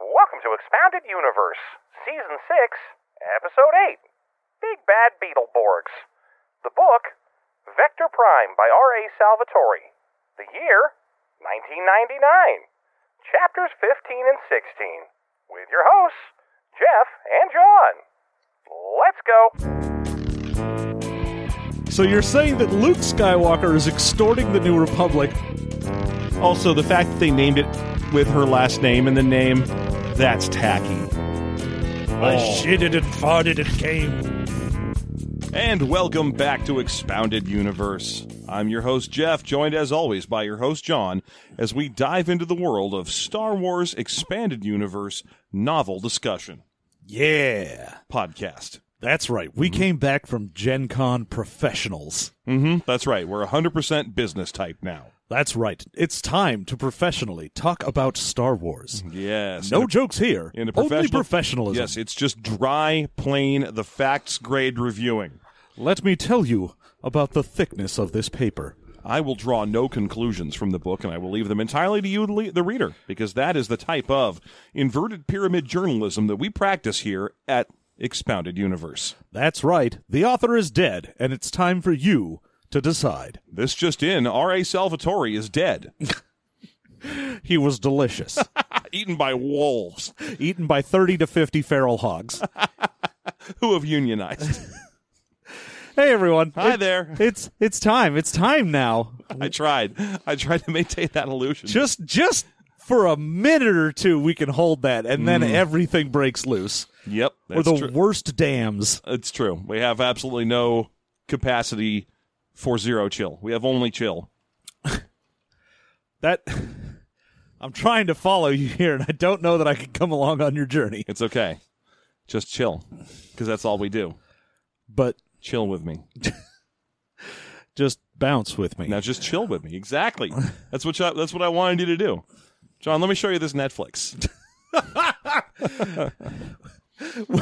welcome to Expounded Universe, Season 6, Episode 8 Big Bad Beetleborgs. The book, Vector Prime by R.A. Salvatore. The year, 1999. Chapters 15 and 16. With your hosts, Jeff and John. Let's go. So you're saying that Luke Skywalker is extorting the New Republic. Also, the fact that they named it with her last name and the name, that's tacky. I Oh. shitted and farted and came. And welcome back to Expounded Universe. I'm your host, Jeff, joined as always by your host, John, as we dive into the world of Star Wars Expanded Universe novel discussion Yeah. podcast. That's right. We came back from Gen Con professionals. hmm that's right. We're 100% business type now. That's right. It's time to professionally talk about Star Wars. Yes. No jokes here. Hmm. in a Only professional- professionalism. Yes, it's just dry, plain, the facts grade reviewing. Let me tell you about the thickness of this paper. I will draw no conclusions from the book, and I will leave them entirely to you, le- the reader, because that is the type of inverted pyramid journalism that we practice here at Expounded Universe. That's right. The author is dead, and it's time for you to decide. This just in: R.A. Salvatore is dead, He was delicious. eaten by wolves Eaten by 30 to 50 feral hogs. who have unionized. Hey, everyone. Hi It- there. It's, it's time. It's time now. I tried. I tried to maintain that illusion. just just for a minute or two we can hold that and then everything breaks loose yep, we're that's the true. worst dams It's true. We have absolutely no capacity for zero chill. We have only chill. that i'm trying to follow you here and i don't know that i can come along on your journey It's okay. Just chill, because that's all we do. but Chill with me. just bounce with me Now just chill with me. Exactly. That's what I, that's what I wanted you to do. John, let me show you this Netflix.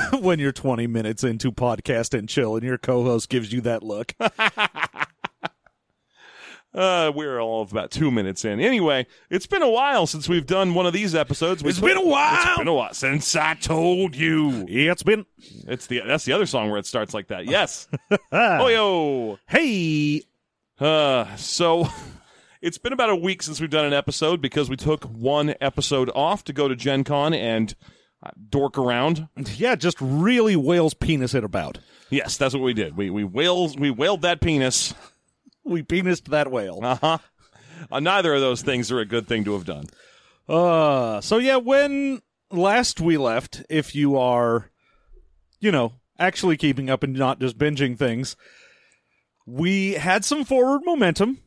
when you're 20 minutes into podcast and chill and your co-host gives you that look Uh, we're all of about two minutes in. Anyway, it's been a while since we've done one of these episodes. We It's put- been a while! It's been a while since I told you. it's been It's the that's the other song where it starts like that. Yes. oh yo. hey Uh, so it's been about a week since we've done an episode because we took one episode off to go to Gen Con and uh, dork around. yeah just really whales penis it about Yes, that's what we did. We we wailed we wailed that penis. we penised that whale Uh-huh. Uh, neither of those things are a good thing to have done. Uh, so yeah, when last we left, if you are, you know, actually keeping up and not just binging things, we had some forward momentum.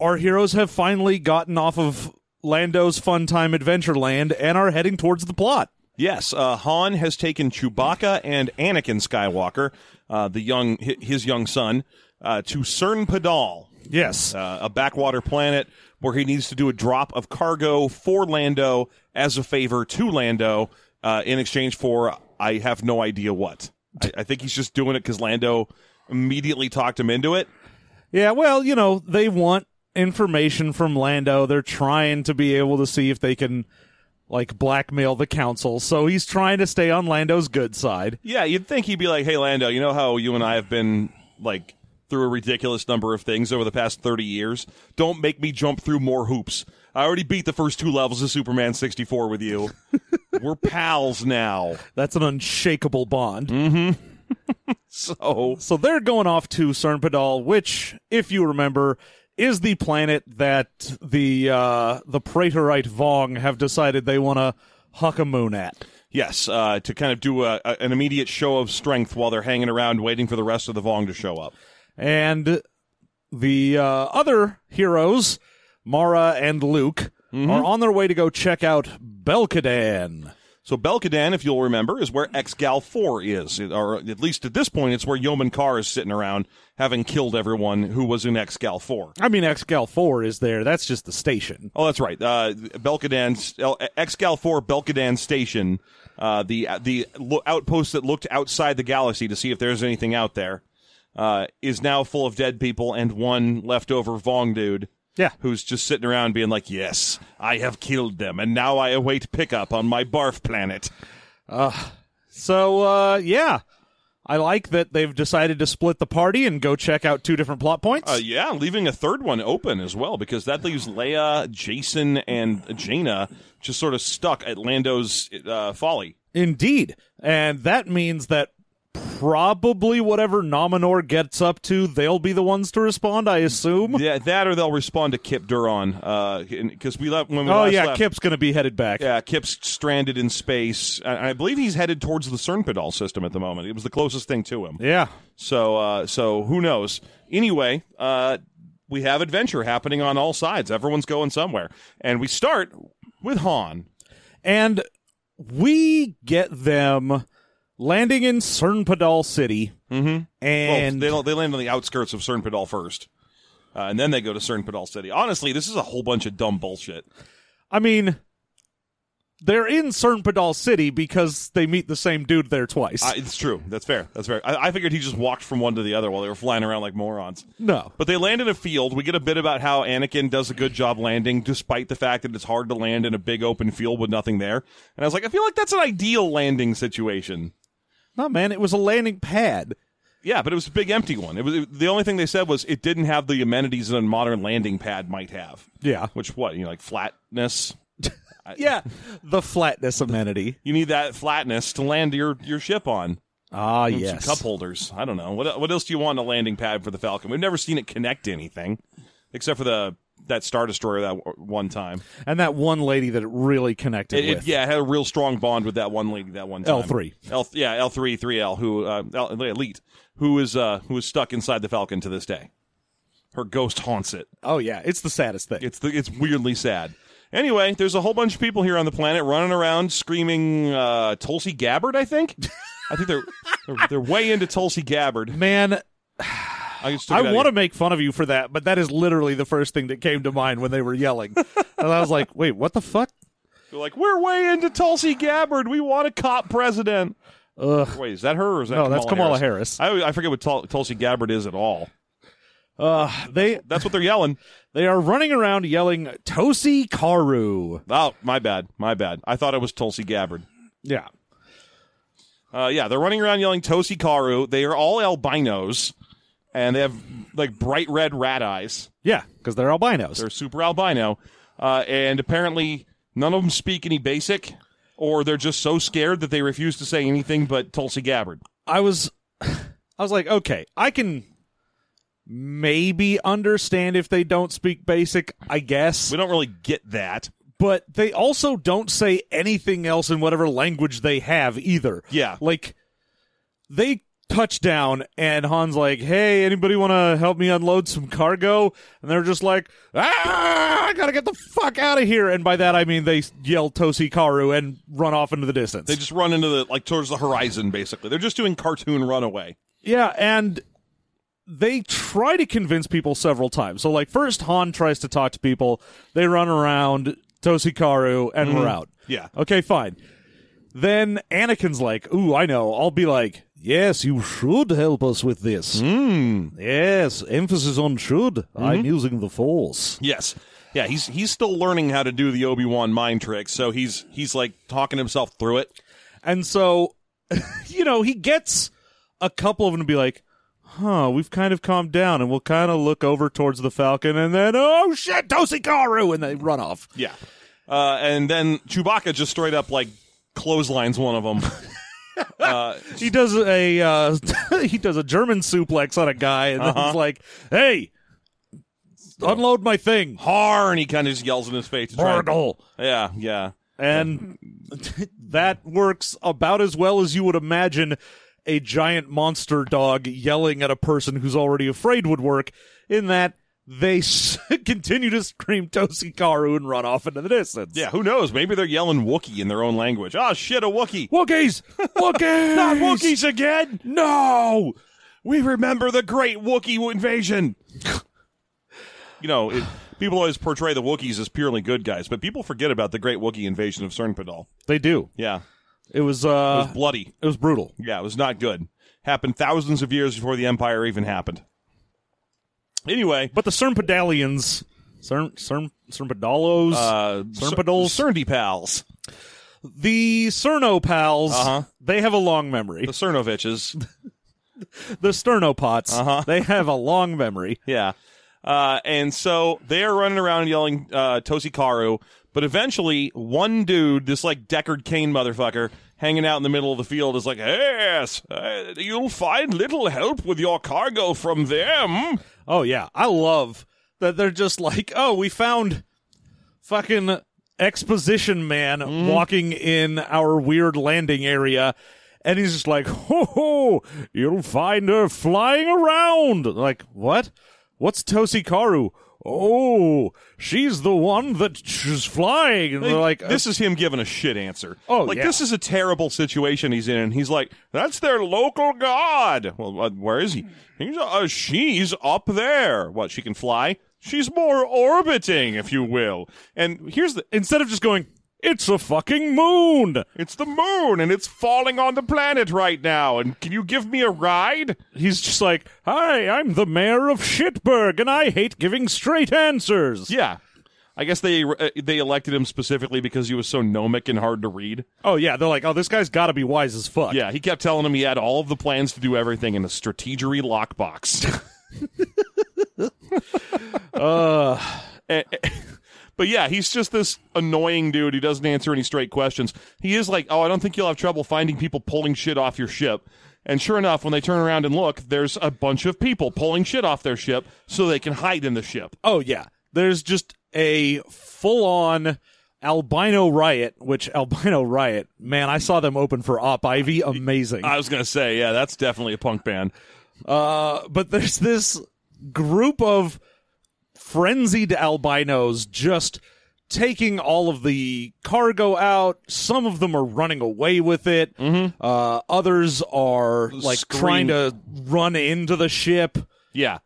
Our heroes have finally gotten off of Lando's fun time adventure land and are heading towards the plot. Yes, uh, Han has taken Chewbacca and Anakin Skywalker, uh, the young hi- his young son, uh, to Cern Padal, Yes. uh, a backwater planet where he needs to do a drop of cargo for Lando as a favor to Lando uh, in exchange for I have no idea what. I, I think he's just doing it because Lando immediately talked him into it. Yeah, well, you know, they want information from Lando. They're trying to be able to see if they can like blackmail the council. So he's trying to stay on Lando's good side. Yeah, you'd think he'd be like, "Hey, Lando, you know how you and I have been like through a ridiculous number of things over the past thirty years. Don't make me jump through more hoops. I already beat the first two levels of Superman sixty four with you. We're pals now." That's an unshakable bond. So So they're going off to Cernpadal, which, if you remember, is the planet that the uh, the Praetorite Vong have decided they want to huck a moon at. yes, uh, to kind of do a, a- an immediate show of strength while they're hanging around waiting for the rest of the Vong to show up. And the uh, other heroes, Mara and Luke, are on their way to go check out Belkadan. So Belkadan, if you'll remember, is where Exgal Four is, or at least at this point, it's where Yeoman Carr is sitting around, having killed everyone who was in Exgal Four. I mean, Excal 4 is there. That's just the station. Oh, that's right. Uh, Belkadan, El- Excal Four, Belkadan Station, uh, the the lo- outpost that looked outside the galaxy to see if there's anything out there, uh, is now full of dead people and one leftover Vong dude Yeah. who's just sitting around being like, "Yes, I have killed them, and now I await pickup on my barf planet." So uh, yeah, I like that they've decided to split the party and go check out two different plot points. Uh, yeah, leaving a third one open as well because that leaves Leia, Jason, and Jaina just sort of stuck at Lando's uh, folly. Indeed, and that means that probably whatever Nominor gets up to, they'll be the ones to respond. I assume. Yeah, that or they'll respond to Kip Duron because we left when we Oh last yeah, left- Kip's gonna be headed back. Yeah, Kip's stranded in space. I, I believe he's headed towards the Cernpedal system at the moment. It was the closest thing to him. Yeah. So, uh, so who knows? Anyway, uh, we have adventure happening on all sides. Everyone's going somewhere, and we start with Han. and we get them landing in Cernpadal City, Mm-hmm. Well, and Oh, they don't- they land on the outskirts of Cernpedal first, uh, and then they go to Cernpedal City. Honestly, this is a whole bunch of dumb bullshit. I mean. They're in Cernpadal City because they meet the same dude there twice. I, it's true. That's fair. That's fair. I, I figured he just walked from one to the other while they were flying around like morons. no. But they land in a field. We get a bit about how Anakin does a good job landing, despite the fact that it's hard to land in a big open field with nothing there. And I was like, I feel like that's an ideal landing situation. No, man, it was a landing pad. Yeah, but it was a big empty one. It was it- the only thing they said was it didn't have the amenities that a modern landing pad might have. Yeah. Which what you know, like flatness. Yeah. The flatness amenity. You need that flatness to land your your ship on. Ah, Some yes. cup holders. I don't know. What what else do you want on a landing pad for the Falcon? We've never seen it connect to anything, except for the that star destroyer that w- one time. And that one lady that it really connected It, it- with. yeah, it had a real strong bond with that one lady that one time. L3. L yeah L three three L who uh, L, elite who is uh who is stuck inside the Falcon to this day. Her ghost haunts it. Oh, yeah. It's the saddest thing. It's the, it's weirdly sad. Anyway, there's a whole bunch of people here on the planet running around screaming uh, Tulsi Gabbard. I think. I think they're, they're they're way into Tulsi Gabbard. Man, I, just took I it out of want to make fun of you for that, but that is literally the first thing that came to mind when they were yelling. and I was like, wait, what the fuck? They're like, we're way into Tulsi Gabbard. We want a cop president. Ugh. Wait, is that her or is that No, Uh, Kamala Oh, that's Kamala Harris? Harris. I, I forget what Tul- Tulsi Gabbard is at all. Uh, they That's what they're yelling. they are running around yelling Tosi Karu. Oh, my bad. My bad. I thought it was Tulsi Gabbard. Yeah. Uh, yeah, they're running around yelling Tosi Karu. They are all albinos, and they have like bright red rat eyes. Yeah, because they're albinos. They're super albino. Uh, and apparently, none of them speak any basic, or they're just so scared that they refuse to say anything but Tulsi Gabbard. I was I was like, okay, I can maybe understand if they don't speak basic, I guess. We don't really get that. But they also don't say anything else in whatever language they have either. Yeah. Like they touch down and Han's like, "Hey, anybody want to help me unload some cargo?" And they're just like, "Ah, I got to get the fuck out of here." And by that I mean they yell Tosi Karu and run off into the distance. They just run into the like towards the horizon. Basically, they're just doing cartoon runaway. Yeah, and they try to convince people several times. So, like, first Han tries to talk to people. They run around Tosikaru, and we're out. Yeah. Okay, fine. Then Anakin's like, "Ooh, I know. I'll be like, yes, you should help us with this. Yes, emphasis on should. I'm using the Force. Yes. Yeah, he's he's still learning how to do the Obi Wan mind trick, so he's he's like talking himself through it. And so, you know, he gets a couple of them to be like, huh, we've kind of calmed down and we'll kind of look over towards the Falcon and then, oh shit, Dosikaru! And they run off. Yeah. Uh, and then Chewbacca just straight up like clotheslines one of them. He does a, uh, he does a German suplex on a guy and then he's like, hey, unload my thing. Har, and he kind of just yells in his face. To try and, Burgle. yeah, yeah. And that works about as well as you would imagine a giant monster dog yelling at a person who's already afraid would work, in that they s- continue to scream Tosikaru and run off into the distance. Yeah, who knows? Maybe they're yelling Wookiee in their own language. Oh, shit, a Wookiee. Wookiees! Wookiees! Not Wookiees again? No! We remember the great Wookiee invasion. you know, it, people always portray the Wookiees as purely good guys, but people forget about the great Wookiee invasion of Cernpadal. They do. Yeah, It was, it uh, was bloody. it was brutal. Yeah, it was not good. Happened thousands of years before the Empire even happened. Anyway, But the Sermpedalians Cern, Cern, Cernpedalos. Uh, Cernpedols? Cer- Cerny pals. the Cerno pals, Uh-huh. they have a long memory. The Cernoviches. The Sternopots, Uh-huh. they have a long memory. Yeah. Uh, and so they're running around yelling uh, Tosikaru, but eventually one dude, this like Deckard Kane motherfucker, hanging out in the middle of the field is like, yes, uh, you'll find little help with your cargo from them. Oh yeah, I love that they're just like, oh, we found fucking exposition man walking in our weird landing area, and he's just like, ho ho, you'll find her flying around. Like what? What's Tosikaru? Oh, she's the one that she's flying. And they're like, uh, this is him giving a shit answer. Oh, like yeah. this is a terrible situation he's in. And he's like, that's their local god. Well, uh, where is he? He's uh, she's up there. What? She can fly. She's more orbiting, if you will. And here's the uh, instead of just going, it's a fucking moon. It's the moon and it's falling on the planet right now. And can you give me a ride? He's just like, hi, I'm the mayor of Shitberg, and I hate giving straight answers. Yeah. I guess they uh, they elected him specifically because he was so gnomic and hard to read. Oh yeah, they're like, oh, this guy's got to be wise as fuck. Yeah, he kept telling him he had all of the plans to do everything in a strategery lockbox. Uh, Eh, eh, but yeah, he's just this annoying dude who doesn't answer any straight questions. He is like, oh, I don't think you'll have trouble finding people pulling shit off your ship. And sure enough, when they turn around and look, there's a bunch of people pulling shit off their ship so they can hide in the ship. oh yeah, there's just a full-on albino riot. Which albino riot? Man, I saw them open for Op Ivy. Amazing. I was gonna say, yeah, that's definitely a punk band. Uh, but there's this group of frenzied albinos just taking all of the cargo out. Some of them are running away with it. Uh, others are like Mm-hmm. Scream. trying to run into the ship. Yeah.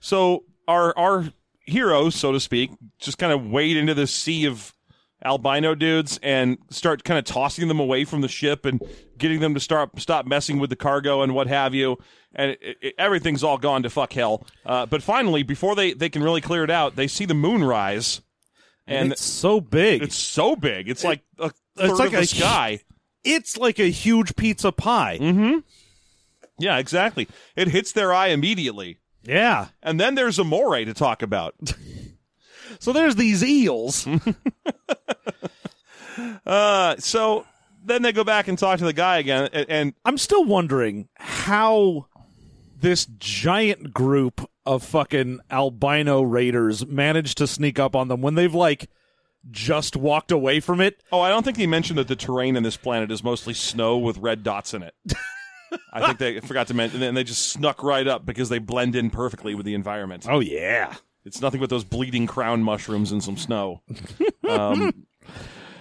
So our our heroes, so to speak, just kind of wade into this sea of albino dudes and start kind of tossing them away from the ship and getting them to start stop messing with the cargo and what have you. And it, it, everything's all gone to fuck hell. Uh, but finally, before they they can really clear it out, they see the moon rise, and it's so big. it's so big. It's like a third like of the a- sky. it's like a huge pizza pie. Mm-hmm. Yeah, exactly. It hits their eye immediately. Yeah. And then there's Amore to talk about. So there's these eels. Mm-hmm. Uh, so then they go back and talk to the guy again, and, and I'm still wondering how this giant group of fucking albino raiders managed to sneak up on them when they've like just walked away from it. oh, I don't think they mentioned that the terrain in this planet is mostly snow with red dots in it. I think they forgot to mention, and they just snuck right up because they blend in perfectly with the environment. Oh yeah. It's nothing but those bleeding crown mushrooms and some snow. Um,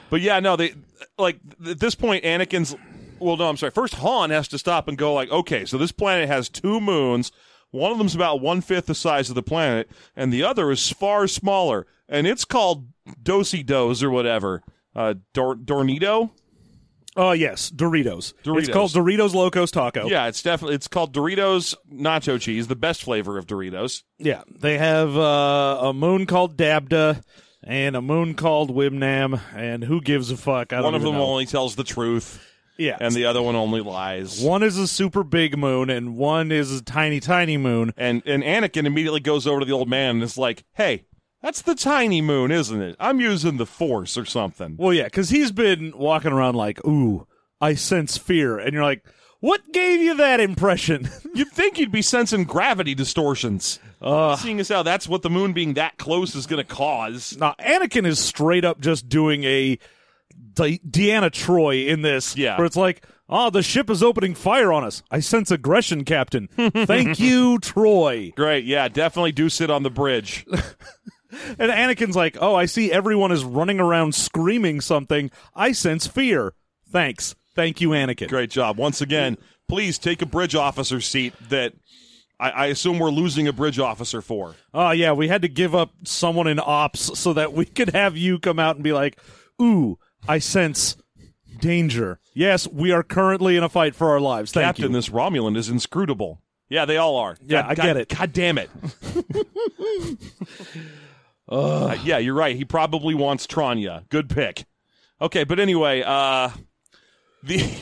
but yeah, no, they like at this point, Anakin's. Well, no, I'm sorry. First, Han has to stop and go like, okay, so this planet has two moons. One of them's about one fifth the size of the planet, and the other is far smaller, and it's called Dosi Dos or whatever. Uh, Dor- Dornito. Oh yes, Doritos. It's Doritos. called Doritos Locos Taco. Yeah, it's definitely it's called Doritos Nacho Cheese, the best flavor of Doritos. Yeah. They have uh, a moon called Dabda and a moon called Wimnam and who gives a fuck? I don't One of even them know. only tells the truth, Yeah. and the other one only lies. one is a super big moon and one is a tiny tiny moon. And and Anakin immediately goes over to the old man and is like, "Hey, that's the tiny moon, isn't it? I'm using the Force or something." Well, yeah, because he's been walking around like, ooh, I sense fear. And you're like, what gave you that impression? You'd think you'd be sensing gravity distortions, seeing as how that's what the moon being that close is going to cause. now, Anakin is straight up just doing a De- Deanna Troy in this, Yeah. where it's like, oh, the ship is opening fire on us. I sense aggression, Captain. Thank you, Troy. Great, yeah, definitely do sit on the bridge. And Anakin's like, oh, I see everyone is running around screaming something. I sense fear. Thanks. Thank you, Anakin. Great job once again. Please take a bridge officer seat that I, I assume we're losing a bridge officer for. Oh yeah, we had to give up someone in ops so that we could have you come out and be like, "Ooh, I sense danger." Yes, we are currently in a fight for our lives. Thank Captain, you. this Romulan is inscrutable. Yeah, they all are. Yeah, I God- get it. God damn it. Ugh. Uh, yeah, you're right. He probably wants Tranya. Good pick. Okay, but anyway, uh, the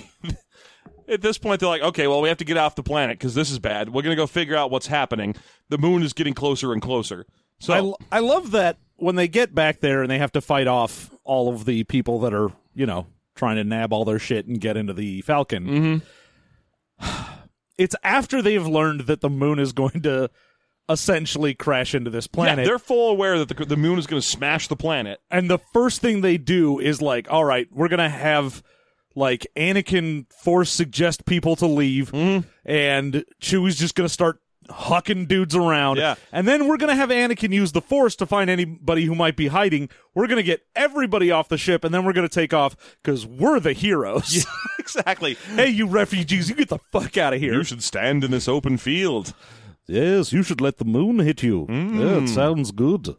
at this point they're like, okay, well we have to get off the planet because this is bad. We're gonna go figure out what's happening. The moon is getting closer and closer. So I, l- I love that when they get back there and they have to fight off all of the people that are, you know, trying to nab all their shit and get into the Falcon. Mm-hmm. It's after they've learned that the moon is going to essentially crash into this yeah, planet. they're full aware that the, the moon is gonna smash the planet. and the first thing they do is like, all right, we're going to have like Anakin force suggest people to leave and Chewie's just going to start hucking dudes around. Yeah. And then we're going to have Anakin use the force to find anybody who might be hiding. We're going to get everybody off the ship and then we're going to take off cuz we're the heroes. exactly. hey, you refugees, you get the fuck out of here. You should stand in this open field. yes, you should let the moon hit you. Yeah, it sounds good.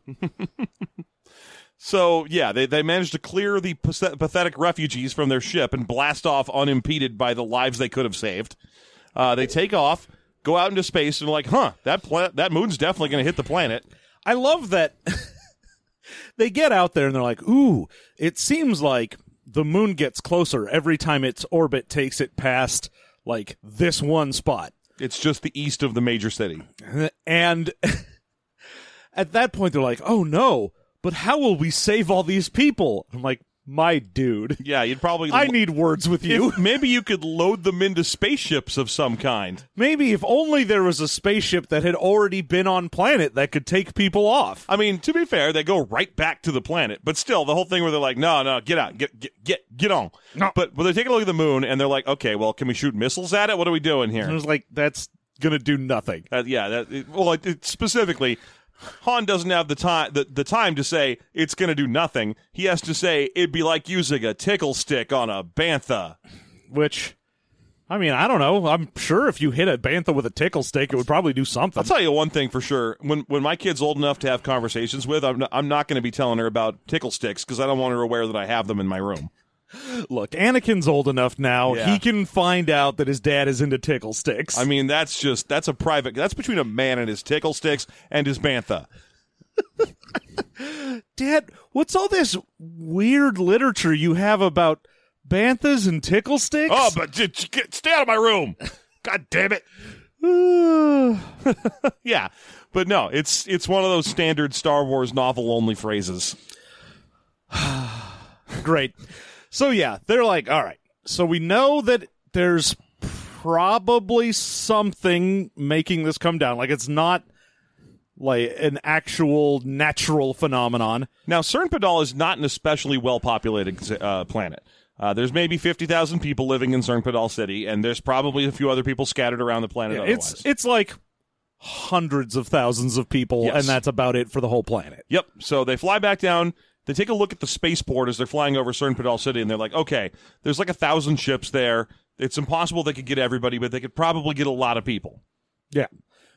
So yeah, they they managed to clear the pathet- pathetic refugees from their ship and blast off unimpeded by the lives they could have saved. Uh, they take off, go out into space, and like, huh, that pla- that moon's definitely going to hit the planet. I love that they get out there and they're like, ooh, it seems like the moon gets closer every time its orbit takes it past like this one spot. It's just the east of the major city. And at that point, they're like, oh no, but how will we save all these people? I'm like, my dude, Yeah, you'd probably. I need words with you. If- maybe you could load them into spaceships of some kind. Maybe if only there was a spaceship that had already been on planet that could take people off. I mean, to be fair, they go right back to the planet, but still, the whole thing where they're like, "No, no, get out, get, get, get, get on." No. But but they're taking a look at the moon, and they're like, "Okay, well, can we shoot missiles at it? What are we doing here?" And I was like, that's gonna do nothing. Uh, yeah, that, it, well, it, it- specifically, Han doesn't have the time the, the time to say it's going to do nothing. He has to say it'd be like using a tickle stick on a bantha. which I mean, I don't know. I'm sure if you hit a bantha with a tickle stick, it would probably do something. I'll tell you one thing for sure: when when my kid's old enough to have conversations with, I'm not, I'm not going to be telling her about tickle sticks because I don't want her aware that I have them in my room. Look, Anakin's old enough now; Yeah. he can find out that his dad is into tickle sticks. I mean, that's just that's a private. That's between a man and his tickle sticks and his bantha. dad, what's all this weird literature you have about banthas and tickle sticks? Oh, but j- j- get, stay out of my room! God damn it! Yeah, but no, it's it's one of those standard Star Wars novel only phrases. great. So yeah, they're like, all right. So we know that there's probably something making this come down. Like it's not like an actual natural phenomenon. Now, Cern Padal is not an especially well populated uh, planet. Uh, there's maybe 50,000 people living in Cern Padal City, and there's probably a few other people scattered around the planet otherwise. It's it's like hundreds of thousands of people, Yes. and that's about it for the whole planet. yep, so they fly back down. They take a look at the spaceport as they're flying over Cern Padal City, and they're like, okay, there's like a thousand ships there. It's impossible they could get everybody, but they could probably get a lot of people. Yeah.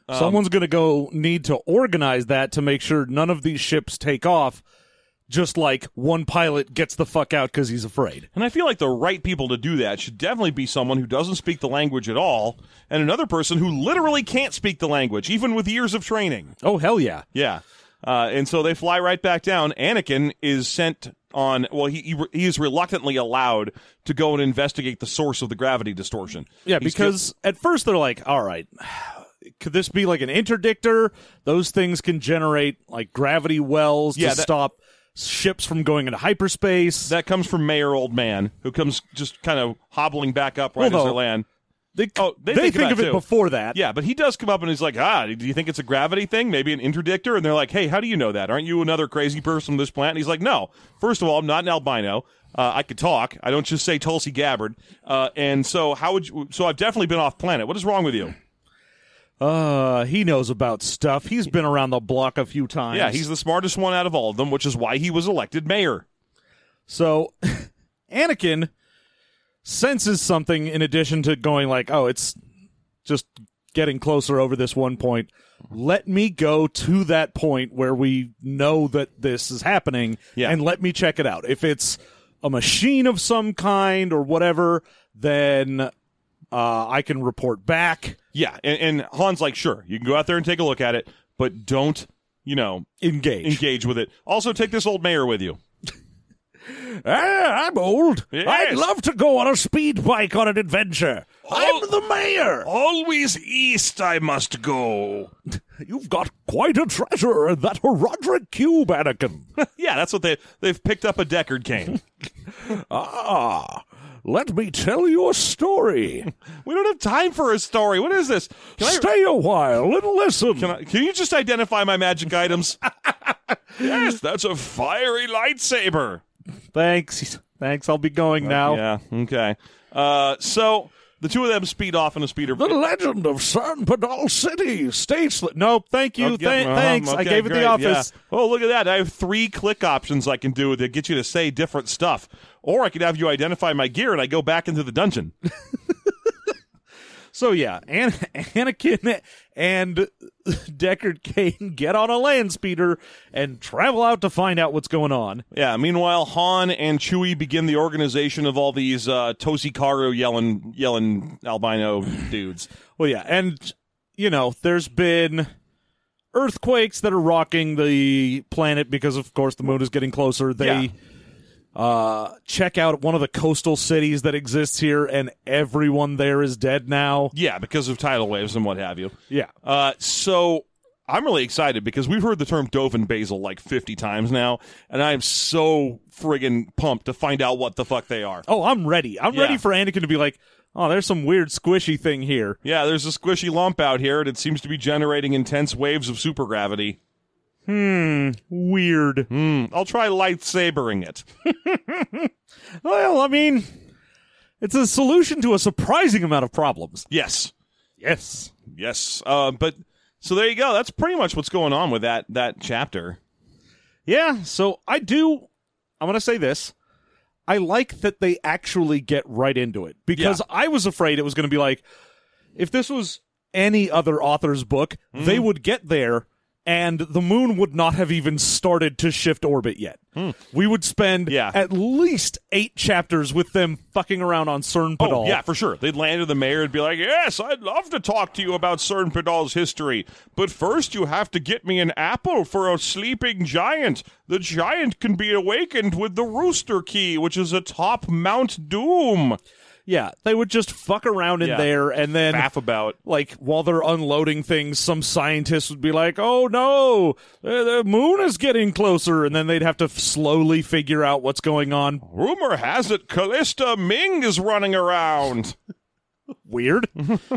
Um, Someone's going to go need to organize that to make sure none of these ships take off. Just like one pilot gets the fuck out because he's afraid. And I feel like the right people to do that should definitely be someone who doesn't speak the language at all and another person who literally can't speak the language, even with years of training. Oh hell yeah! Yeah. Uh, and so they fly right back down. Anakin is sent on, well, he, he, he is reluctantly allowed to go and investigate the source of the gravity distortion. Yeah, He's because at first they're like, all right, could this be like an interdictor? Those things can generate like gravity wells Yeah, to that- stop ships from going into hyperspace. That comes from Mayor Old Man, who comes just kind of hobbling back up right as Although- they land. they, oh, they think about think of it it too. before that. Yeah, but he does come up and he's like, ah, do you think it's a gravity thing? Maybe an interdictor? And they're like, hey, how do you know that? Aren't you another crazy person on this planet? And he's like, no. First of all, I'm not an albino. Uh, I could talk. I don't just say Tulsi Gabbard. Uh, and so how would you, so I've definitely been off planet. What is wrong with you? Uh, he knows about stuff. He's been around the block a few times. Yeah, he's the smartest one out of all of them, which is why he was elected mayor. so Anakin senses something in addition to going like, "Oh, it's just getting closer over this one point. Let me go to that point where we know that this is happening Yeah. and let me check it out. If it's a machine of some kind or whatever, then uh, I can report back." Yeah, and, and Han's like, sure, you can go out there and take a look at it, but don't you know, Engage. engage with it. Also, take this old mayor with you. Ah, I'm old. Yes. I'd love to go on a speed bike on an adventure. Oh. I'm the mayor. Always east I must go. You've got quite a treasure in that Roderick cube, Anakin. yeah, that's what they they've picked up a Deckard cane. ah, let me tell you a story. we don't have time for a story. What is this? Can I Stay a while and listen. Can, I, can you just identify my magic items? yes, that's a fiery lightsaber. Thanks. Thanks. I'll be going now. Yeah, okay. Uh, so the two of them speed off in a speeder. The legend of San Pedal City states that. No, thank you. Okay, Tha- uh-huh, thanks. I okay, gave it great, the office. yeah. Oh, look at that. I have three click options I can do to get you to say different stuff. Or I could have you identify my gear and I go back into the dungeon. So yeah, An- Anakin and Deckard Cain get on a land speeder and travel out to find out what's going on. Yeah. Meanwhile, Han and Chewie begin the organization of all these uh, Tosicaro yelling, yelling albino dudes. Well, yeah, and you know, there's been earthquakes that are rocking the planet because, of course, the moon is getting closer. They uh, check out one of the coastal cities that exists here, and everyone there is dead now. Yeah, because of tidal waves and what have you. Yeah, Uh, so I'm really excited because we've heard the term Dovin basil like 50 times now, and I'm so friggin' pumped to find out what the fuck they are. Oh, I'm ready. I'm Yeah. ready for Anakin to be like, oh, there's some weird squishy thing here. Yeah, there's a squishy lump out here, and it seems to be generating intense waves of supergravity. Weird. Hmm, I'll try lightsabering it. Well, I mean, it's a solution to a surprising amount of problems. Yes, Yes. yes. Uh, but so there you go. That's pretty much what's going on with that that chapter. Yeah, so I do. I'm going to say this. I like that they actually get right into it because I was afraid it was going to be like, if this was any other author's book, they Mm. would get there and the moon would not have even started to shift orbit yet. We would spend Hmm. Yeah. at least eight chapters with them fucking around on CERN Padal. Oh, yeah, for sure. They'd land in the mayor and be like, Yes, I'd love to talk to you about Cern Padal's history. But first, you have to get me an apple for a sleeping giant. The giant can be awakened with the rooster key, which is atop Mount Doom. Yeah, they would just fuck around in Yeah. there and then Laugh about. like while they're unloading things, some scientists would be like, "Oh no, the, the moon is getting closer," and then they'd have to f- slowly figure out what's going on. Rumor has it Callista Ming is running around. Weird. Mm-hmm.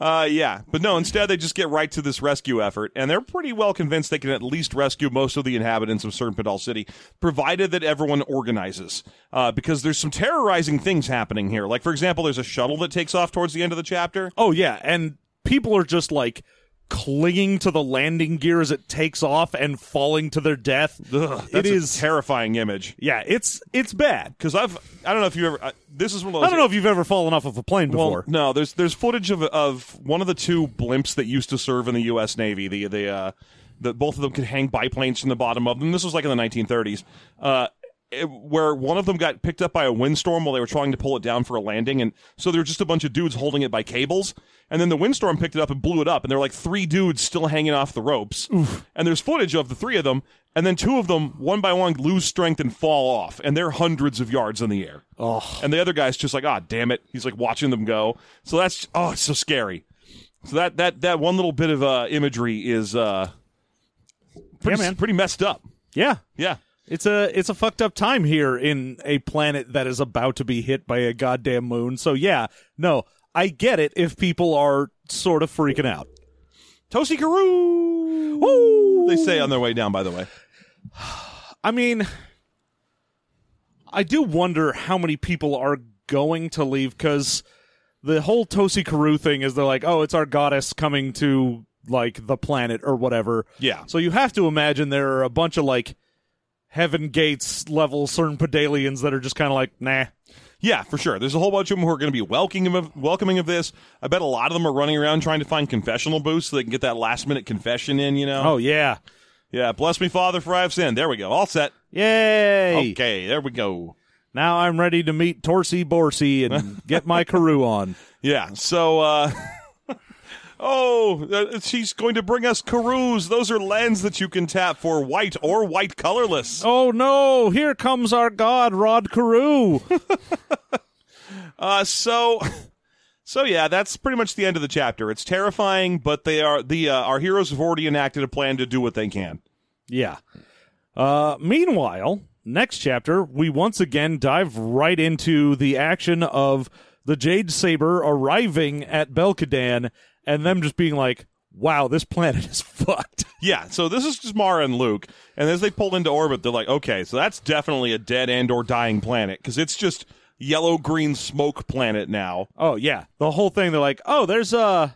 Uh, yeah, but no. Instead, they just get right to this rescue effort, and they're pretty well convinced they can at least rescue most of the inhabitants of Serpentall City, provided that everyone organizes. Uh, because there's some terrorizing things happening here. Like, for example, there's a shuttle that takes off towards the end of the chapter. oh yeah, and people are just like clinging to the landing gear as it takes off and falling to their death. Ugh, it that's a is. terrifying image. yeah, it's it's bad. Because I've, I don't know if you ever. I, this is one of those. I don't know if you've ever fallen off of a plane Well, before. no, there's there's footage of of one of the two blimps that used to serve in the U.S. Navy. The the uh, the both of them could hang biplanes from the bottom of them. This was like in the 1930s, uh, it- where one of them got picked up by a windstorm while they were trying to pull it down for a landing, and so there were just a bunch of dudes holding it by cables. And then the windstorm picked it up and blew it up, and there were like three dudes still hanging off the ropes. And there's footage of the three of them, and then two of them, one by one, lose strength and fall off, and they're hundreds of yards in the air. And the other guy's just like, ah, damn it. He's like watching them go. So that's oh, it's so scary. So that that that one little bit of uh, imagery is uh, pretty, Yeah, man. pretty messed up. Yeah, Yeah. It's a it's a fucked up time here in a planet that is about to be hit by a goddamn moon. So yeah, no, I get it if people are sort of freaking out. Tosi Karoo. Woo! They say on their way down, by the way. I mean, I do wonder how many people are going to leave because the whole Tosi Karu thing is they're like, oh, it's our goddess coming to like the planet or whatever. Yeah. So you have to imagine there are a bunch of like heaven gates level CERN Pedalians that are just kind of like, nah. Yeah, for sure. There's a whole bunch of them who are going to be welcoming of, welcoming of this. I bet a lot of them are running around trying to find confessional booths so they can get that last minute confession in, you know? Oh yeah. Yeah, bless me, Father, for I have sinned. There we go. All set. Yay! Okay, there we go. Now I'm ready to meet Torsi Borsi and get my Karoo on. Yeah. So uh Oh, uh, she's going to bring us Carews. Those are lands that you can tap for white or white colorless. Oh no, here comes our god, Rod Carew. Uh, so, so yeah, that's pretty much the end of the chapter. It's terrifying, but they are the uh, our heroes have already enacted a plan to do what they can. yeah. Uh, meanwhile, next chapter, we once again dive right into the action of the Jade Saber arriving at Belkadan and them just being like, wow, this planet is fucked. Yeah, so this is just Mara and Luke, and as they pull into orbit, they're like, okay, so that's definitely a dead end or dying planet because it's just yellow green smoke planet now. Oh yeah, the whole thing. They're like, oh, there's uh,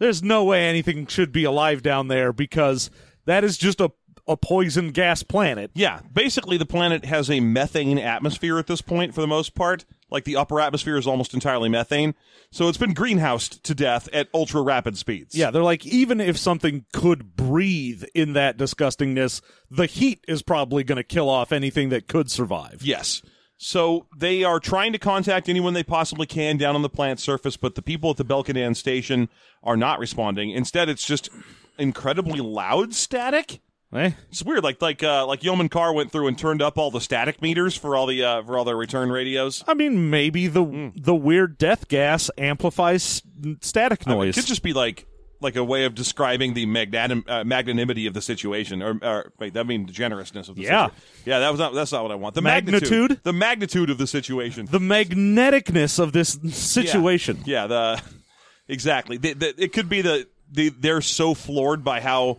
there's no way anything should be alive down there because that is just a a poison gas planet. Yeah, basically the planet has a methane atmosphere at this point for the most part. Like the upper atmosphere is almost entirely methane, so it's been greenhoused to death at ultra rapid speeds. Yeah, they're like, even if something could breathe in that disgustingness, the heat is probably going to kill off anything that could survive. Yes. So they are trying to contact anyone they possibly can down on the planet's surface, but the people at the Belkadan station are not responding. Instead, it's just incredibly loud static. Eh? It's weird, like like uh, like Yeoman Carr went through and turned up all the static meters for all the uh, for all their return radios. I mean, maybe the Hmm. the weird death gas amplifies s- static It noise. could just be like like a way of describing the magnanim- uh, magnanimity of the situation, or, or wait, that mean the generousness of the Yeah. situation. yeah. That was not that's not what I want. The Magnitude? the magnitude of the situation. the magneticness of this Yeah. situation. Yeah, the exactly. The, the, it could be the, the they're so floored by how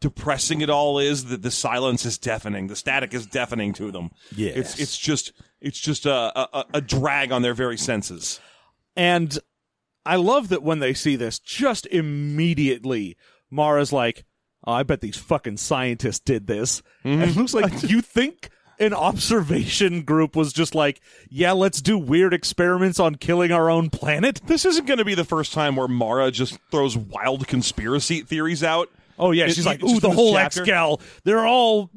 depressing it all is that the silence is deafening. The static is deafening to them. Yeah, it's Yes. it's just it's just a a, a- a drag on their very senses. And I love that when they see this, just immediately, Mara's like, oh, I bet these fucking scientists did this. Mm-hmm. And it looks like you think an observation group was just like, yeah, let's do weird experiments on killing our own planet? This isn't going to be the first time where Mara just throws wild conspiracy theories out. Oh, yeah. It- She's it- like, it's ooh, just the in this whole chapter. X-Gal, they're all.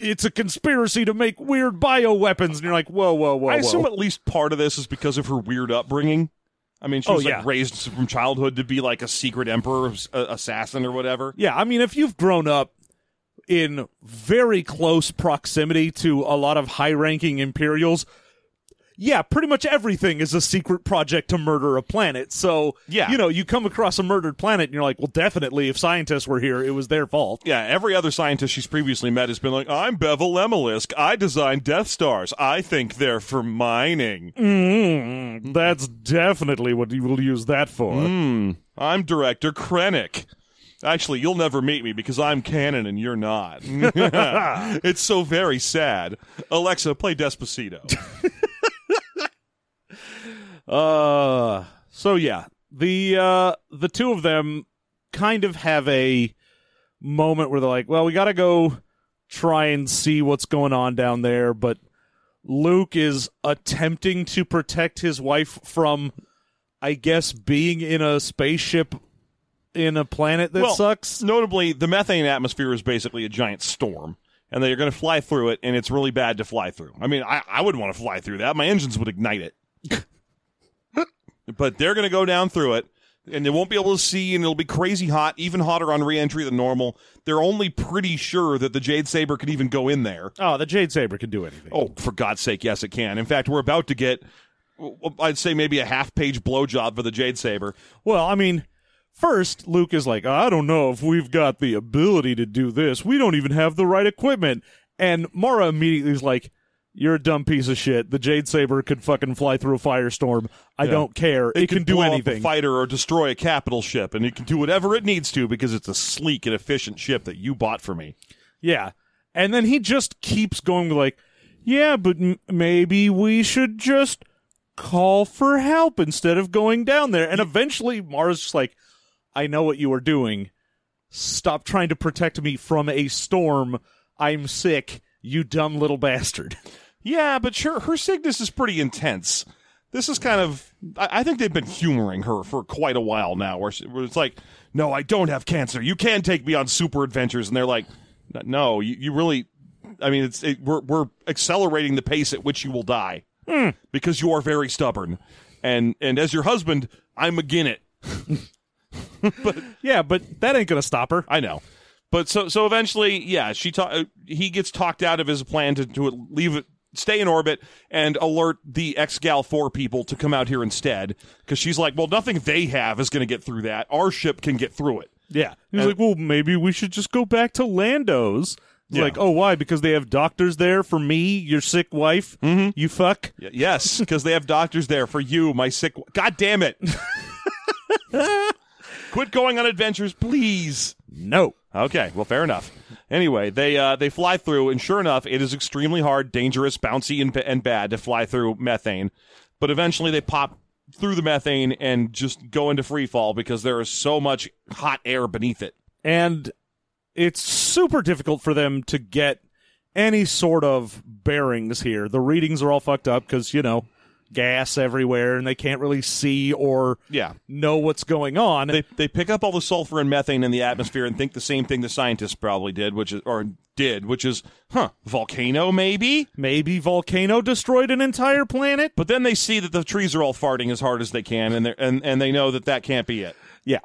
It's a conspiracy to make weird bioweapons. And you're like, whoa, whoa, whoa, I whoa. assume at least part of this is because of her weird upbringing. I mean, she Oh, was like yeah. raised from childhood to be like a secret emperor s- uh, assassin or whatever. Yeah, I mean, if you've grown up in very close proximity to a lot of high ranking Imperials, yeah, pretty much everything is a secret project to murder a planet. So, Yeah. you know, you come across a murdered planet and you're like, well, definitely if scientists were here, it was their fault. Yeah, every other scientist she's previously met has been like, I'm Bevel Emelisk. I design Death Stars. I think they're for mining. Mm, that's definitely what you will use that for. I'm Director Krennic. Actually, you'll never meet me because I'm canon and you're not. it's so very sad. Alexa, play Despacito. Uh so yeah, the uh the two of them kind of have a moment where they're like, well, we got to go try and see what's going on down there, but Luke is attempting to protect his wife from I guess being in a spaceship in a planet that Well, sucks. Notably, the methane atmosphere is basically a giant storm, and they're going to fly through it, and it's really bad to fly through. I mean, I, I would want to fly through that. My engines would ignite it. but they're going to go down through it, and they won't be able to see, and it'll be crazy hot, even hotter on reentry than normal. They're only pretty sure that the Jade Saber could even go in there. Oh, the Jade Saber can do anything. Oh, for God's sake, yes, it can. In fact, we're about to get. w- w- I'd say maybe a half page blowjob for the Jade Saber. Well, I mean, first Luke is like, I don't know if we've got the ability to do this. We don't even have the right equipment. And Mara immediately is like, You're a dumb piece of shit. The Jade Saber could fucking fly through a firestorm. I don't care. It, can could do blow up anything. a fighter or destroy a capital ship, and it can do whatever it needs to because it's a sleek and efficient ship that you bought for me. yeah. And then he just keeps going like, Yeah, but m- maybe we should just call for help instead of going down there. And eventually Mara's just like, I know what you are doing. Stop trying to protect me from a storm. I'm sick, you dumb little bastard. Yeah, but sure, her sickness is pretty intense. This is kind of. I, I think they've been humoring her for quite a while now, where, she, where it's like, no, I don't have cancer. You can take me on super adventures. And they're like, no, you, you really. I mean, it's it, we're, we're accelerating the pace at which you will Hmm. die because you are very stubborn. And, and as your husband, I'm again it. Yeah, but that ain't gonna stop her. I know. But so so eventually, yeah, she ta- uh, he gets talked out of his plan to to leave it stay in orbit and alert the ex-gal 4 people to come out here instead cuz she's like, well, nothing they have is going to get through that. Our ship can get through it. Yeah. He's like, well, maybe we should just go back to Lando's. It's Like, oh, why? Because they have doctors there for me, your sick wife, you fuck. Y- yes, cuz they have doctors there for you, my sick God damn it. Quit going on adventures, please. No. Okay, well, fair enough. Anyway, they uh, they fly through, and sure enough, it is extremely hard, dangerous, bouncy, and, and bad to fly through methane. But eventually, they pop through the methane and just go into free fall because there is so much hot air beneath it. And it's super difficult for them to get any sort of bearings here. The readings are all fucked up because, you know, gas everywhere and they can't really see or Yeah. know what's going on. They they pick up all the sulfur and methane in the atmosphere and think the same thing the scientists probably did, which is or did, which is huh, volcano maybe. Maybe volcano destroyed an entire planet. But then they see that the trees are all farting as hard as they can, and they and and they know that that can't be it. Yeah,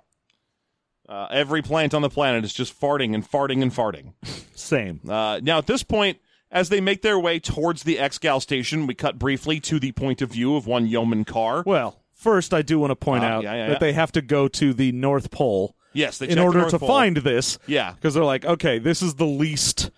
Uh, every plant on the planet is just farting and farting and farting. same. Uh, now, at this point, as they make their way towards the Excal station, we cut briefly to the point of view of one yeoman car. Well, first I do want to point Uh, out yeah, yeah, yeah. that they have to go to the North Pole yes, they check in the order North to Pole. find this. Yeah, because they're like, okay, this is the least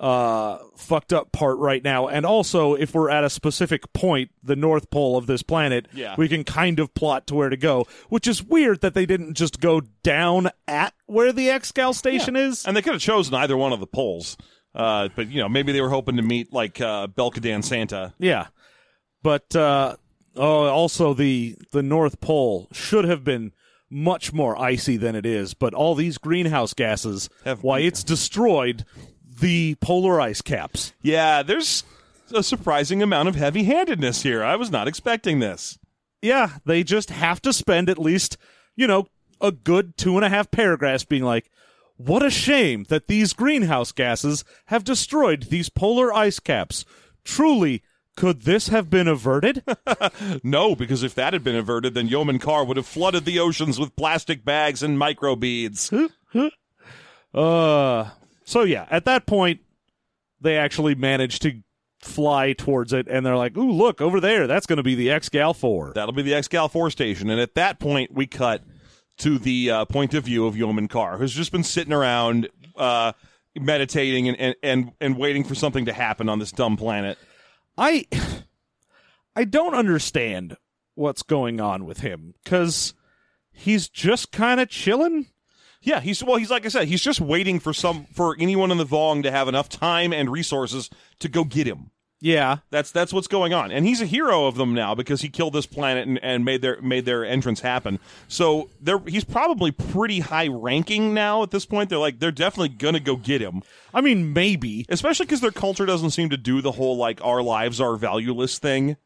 uh fucked up part right now and also if we're at a specific point the north pole of this planet Yeah. we can kind of plot to where to go which is weird that they didn't just go down at where the excal station is and they could have chosen either one of the poles, uh, but you know maybe they were hoping to meet like uh, Belkadan Santa. Yeah. But uh oh also the the North Pole should have been much more icy than it is, but all these greenhouse gases Have- why it's destroyed the polar ice caps. Yeah, there's a surprising amount of heavy-handedness here. I was not expecting this. Yeah, they just have to spend at least, you know, a good two and a half paragraphs being like what a shame that these greenhouse gases have destroyed these polar ice caps. Truly, could this have been averted? No, because if that had been averted, then Yeoman Carr would have flooded the oceans with plastic bags and microbeads. Uh, so yeah, at that point, they actually managed to fly towards it, and they're like, "Ooh, look over there! That's going to be the X Gal Four." That'll be the Excal 4 station. And at that point, we cut to the uh, point of view of Yeoman Carr, who's just been sitting around uh, meditating and, and, and, and waiting for something to happen on this dumb planet. I, I don't understand what's going on with him because he's just kind of chilling. Yeah, he's well. He's like I said. He's just waiting for some for anyone in the Vong to have enough time and resources to go get him. Yeah, That's that's what's going on, and he's a hero of them now because he killed this planet and, and made their made their entrance happen. So they're he's probably pretty high ranking now at this point. They're like they're definitely gonna go get him. I mean, maybe. especially because their culture doesn't seem to do the whole like our lives are valueless thing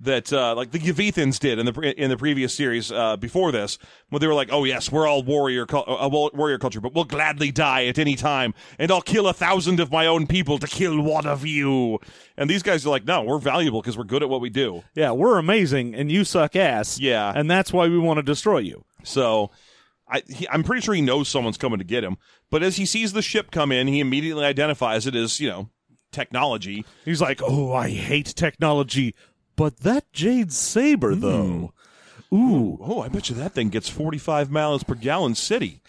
that uh, like the Yavithans did in the pre- in the previous series uh, before this, when they were like, "Oh yes, we're all warrior cul- uh, wa- warrior culture, but we'll gladly die at any time, and I'll kill a thousand of my own people to kill one of you." And these guys are like, "No, we're valuable because we're good at what we do." Yeah, we're amazing, and you suck ass. Yeah. and that's why we want to destroy you. So I, he, I'm pretty sure he knows someone's coming to get him. But as he sees the ship come in, he immediately identifies it as you know technology. He's like, "Oh, I hate technology, but that jade saber though." Ooh, Oh, I bet you that thing gets 45 miles per gallon city.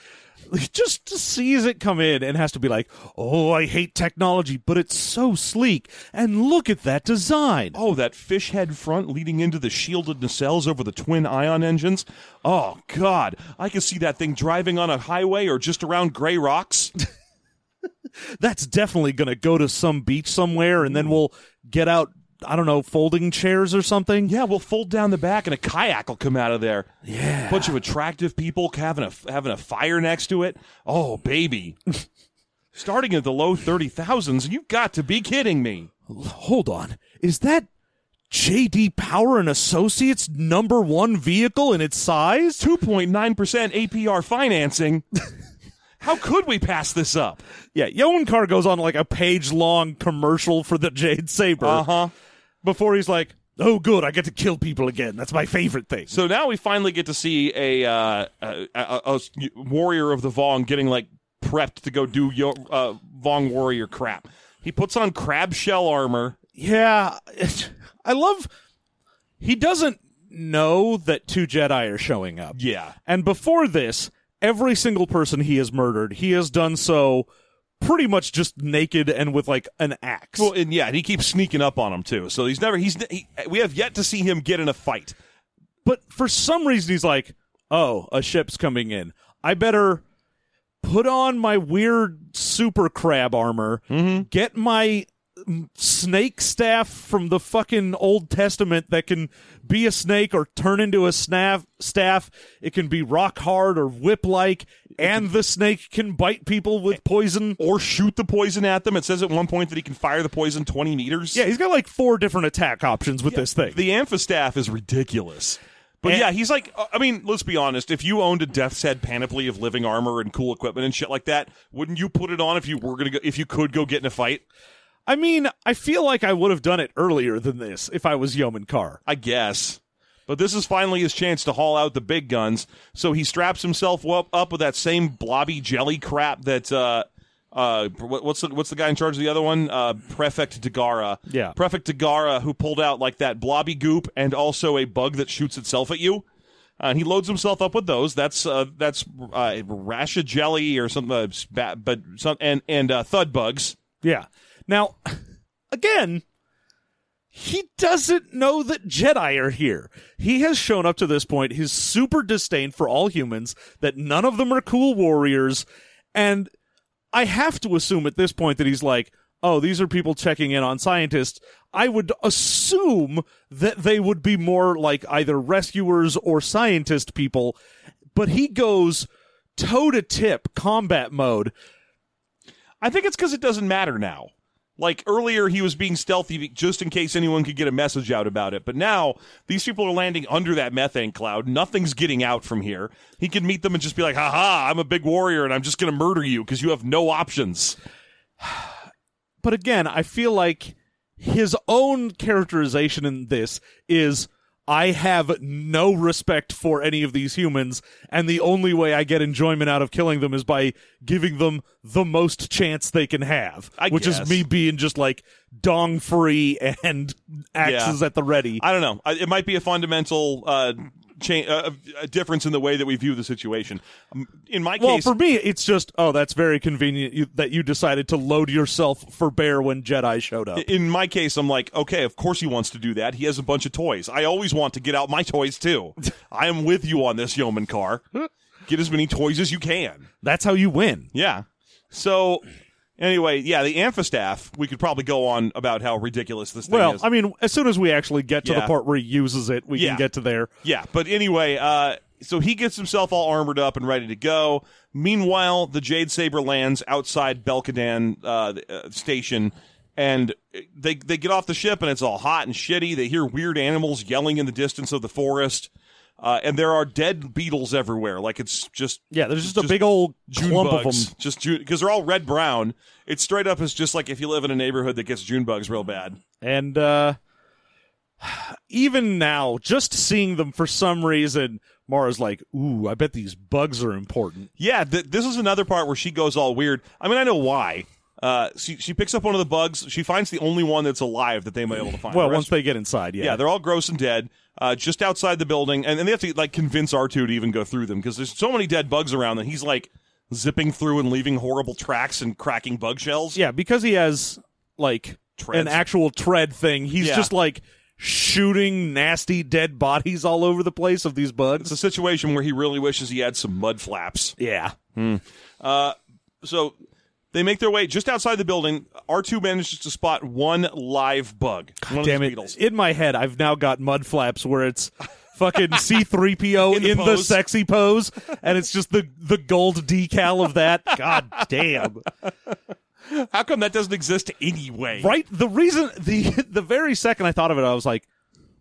He just sees it come in and has to be like, "Oh, I hate technology, but it's so sleek, and look at that design." Oh, that fish head front leading into the shielded nacelles over the twin ion engines. Oh, God. I could see that thing driving on a highway or just around gray rocks. That's definitely going to go to some beach somewhere, and then we'll get out. I don't know, folding chairs or something. yeah, we'll fold down the back and a kayak will come out of there. Yeah. Bunch of attractive people having a, having a fire next to it. Oh, baby. Starting at the low 30,000s, you've got to be kidding me. Hold on, is that JD Power and Associates number one vehicle in its size? 2.9% APR financing. How could we pass this up? Yeah, Yoan Carr goes on like a page long commercial for the Jade Saber Uh huh. before he's like, Oh, good. I get to kill people again. That's my favorite thing. So now we finally get to see a, uh, a, a, a warrior of the Vong getting like prepped to go do yo- uh, Vong warrior crap. He puts on crab shell armor. Yeah, I love. He doesn't know that two Jedi are showing up. Yeah, And before this, every single person he has murdered, he has done so pretty much just naked and with like an axe. well, and yeah, and he keeps sneaking up on him too. So he's never he's he, we have yet to see him get in a fight. but for some reason, he's like, oh, a ship's coming in. I better put on my weird super crab armor, get my mm, snake staff from the fucking Old Testament that can be a snake or turn into a snaf- staff. It can be rock hard or whip like, and the snake can bite people with poison. or shoot the poison at them. It says at one point that he can fire the poison 20 meters. Yeah, he's got like four different attack options with this thing. The Amphistaff is ridiculous. But And- yeah, he's like, uh, I mean, let's be honest. If you owned a Death's Head panoply of living armor and cool equipment and shit like that, wouldn't you put it on if you were gonna go, if you could go get in a fight? I mean, I feel like I would have done it earlier than this if I was Yeoman Carr. I guess. But this is finally his chance to haul out the big guns. So he straps himself up, up with that same blobby jelly crap that uh uh what, what's the what's the guy in charge of the other one? Uh Prefect Dagara. Yeah. Prefect Dagara who pulled out like that blobby goop and also a bug that shoots itself at you. Uh, and he loads himself up with those. That's uh, that's uh, Rasha jelly or something, uh, spa- but some and and uh, thud bugs. Yeah. Now, again, he doesn't know that Jedi are here. He has shown up to this point his super disdain for all humans, that none of them are cool warriors, and I have to assume at this point that he's like, oh, these are people checking in on scientists. I would assume that they would be more like either rescuers or scientist people, but he goes toe to tip combat mode I think it's because it doesn't matter now. Like earlier, he was being stealthy be- just in case anyone could get a message out about it. But now these people are landing under that methane cloud. Nothing's getting out from here. He can meet them and just be like, "Ha ha! I'm a big warrior, and I'm just going to murder you because you have no options." but again, I feel like his own characterization in this is I have no respect for any of these humans, and the only way I get enjoyment out of killing them is by giving them the most chance they can have, I which guess. is me being just like dong free and axes at the ready. I don't know. I, it might be a fundamental uh, change, uh, a difference in the way that we view the situation. Um, In my well, case, for me, it's just oh, that's very convenient you, that you decided to load yourself for bear when Jedi showed up. in my case, I'm like, okay, of course he wants to do that. He has a bunch of toys. I always want to get out my toys too. I am with you on this, Yeoman Car. Get as many toys as you can. that's how you win. Yeah. So, anyway, yeah, the Amphistaff, we could probably go on about how ridiculous this thing Well, is. I mean, as soon as we actually get to the Yeah. part where he uses it, we Yeah. can get to there. Yeah, but anyway, uh, so he gets himself all armored up and ready to go. Meanwhile, the Jade Saber lands outside Belkadan uh, the, uh, station, and they they get off the ship, and it's all hot and shitty. They hear weird animals yelling in the distance of the forest, uh, and there are dead beetles everywhere. Like it's just Yeah, there's just, Just a big old June clump bugs, of them. just June because they're all red brown. It's straight up is just like if you live in a neighborhood that gets June bugs real bad. And uh, even now, just seeing them for some reason, Mara's like, ooh, I bet these bugs are important. Yeah, th- this is another part where she goes all weird. I mean, I know why. Uh, she she picks up one of the bugs. She finds the only one that's alive that they might be able to find. Well, The once rest- they get inside, yeah. yeah, they're all gross and dead, uh, just outside the building, and, and they have to like convince R two to even go through them because there's so many dead bugs around that he's like zipping through and leaving horrible tracks and cracking bug shells. yeah, because he has, like, Treads. an actual tread thing, he's Yeah. just like shooting nasty dead bodies all over the place of these bugs. It's a situation where he really wishes he had some mud flaps. Yeah. So they make their way just outside the building. R two manages to spot one live bug. One of Damn these it. beetles. In my head, I've now got mud flaps where it's fucking C3PO In in, the the, pose. sexy pose, and it's just the, the gold decal of that. God damn. How come that doesn't exist anyway? Right? The reason, the, the very second I thought of it, I was like,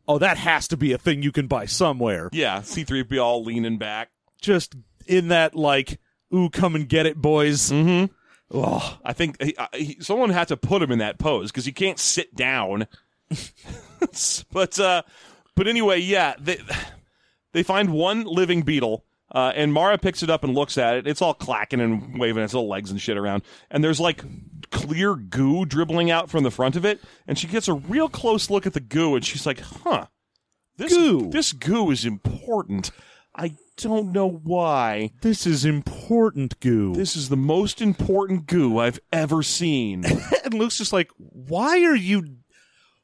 oh, that has to be a thing you can buy somewhere. Yeah, C3PO all leaning back. Just in that, like, ooh, come and get it, boys. Mm-hmm. Oh, uh, I think he, I- he, someone had to put him in that pose because he can't sit down. but uh, but anyway, yeah, they they find one living beetle, uh, and Mara picks it up and looks at it. It's all clacking and waving its little legs and shit around, and there's like clear goo dribbling out from the front of it, and she gets a real close look at the goo, and she's like, "Huh, this Goo. this goo is important." I don't know why. This is important goo. This is the most important goo I've ever seen. and Luke's just like, "Why are you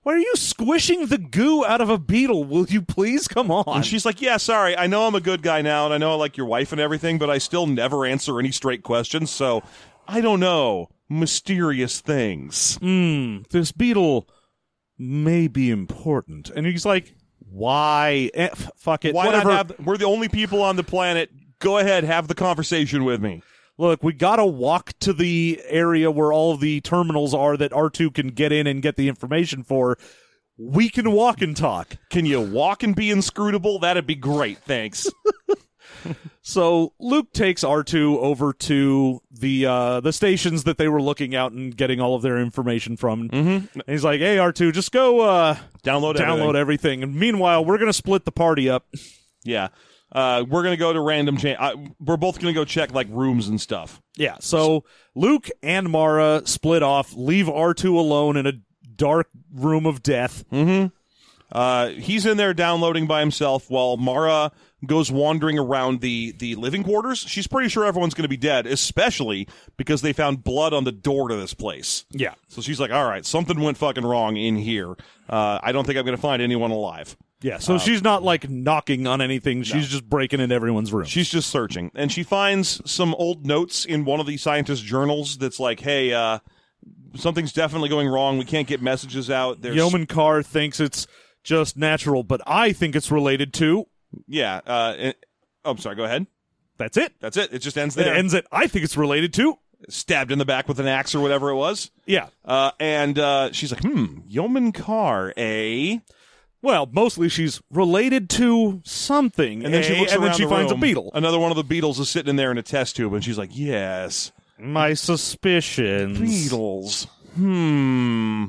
why are you squishing the goo out of a beetle? Will you please come on?" And she's like, "Yeah, sorry. I know I'm a good guy now, and I know I like your wife and everything, but I still never answer any straight questions. So I don't know mysterious things. Hmm, this beetle may be important. And he's like, "Why? Eh, f- fuck it. Why whatever. not have? We're the only people on the planet. Go ahead, have the conversation with me. Look, we got to walk to the area where all the terminals are that R2 can get in and get the information for. We can walk and talk." Can you walk and be inscrutable? That'd be great. Thanks. So Luke takes R2 over to the uh, the stations that they were looking out and getting all of their information from. Mm-hmm. And he's like, "Hey R2, just go uh, Download, download everything. everything." And meanwhile, we're gonna split the party up. Yeah, uh, we're gonna go to random. Cha- I, we're both gonna go check like rooms and stuff. Yeah. So Luke and Mara split off, leave R2 alone in a dark room of death. Mm. Uh, he's in there downloading by himself while Mara goes wandering around the, the living quarters. She's pretty sure everyone's going to be dead, especially because they found blood on the door to this place. Yeah. So she's like, all right, something went fucking wrong in here. Uh, I don't think I'm going to find anyone alive. Yeah. So she's not like knocking on anything. She's just breaking into everyone's room. She's just searching, and she finds some old notes in one of the scientist journals that's like, hey, uh, something's definitely going wrong. We can't get messages out. There's Yeoman Carr thinks it's just natural, but I think it's related to. yeah. Uh, it- oh, I'm sorry. Go ahead. That's it. That's it. It just ends It there. ends at I think it's related to. stabbed in the back with an axe or whatever it was. Yeah. Uh, and uh, she's like, hmm, Yeoman Carr, eh? Well, mostly she's related to something, And then she eh? looks and around then she the finds room. a beetle. Another one of the beetles is sitting in there in a test tube, and she's like, yes, My suspicions. beetles. Hmm.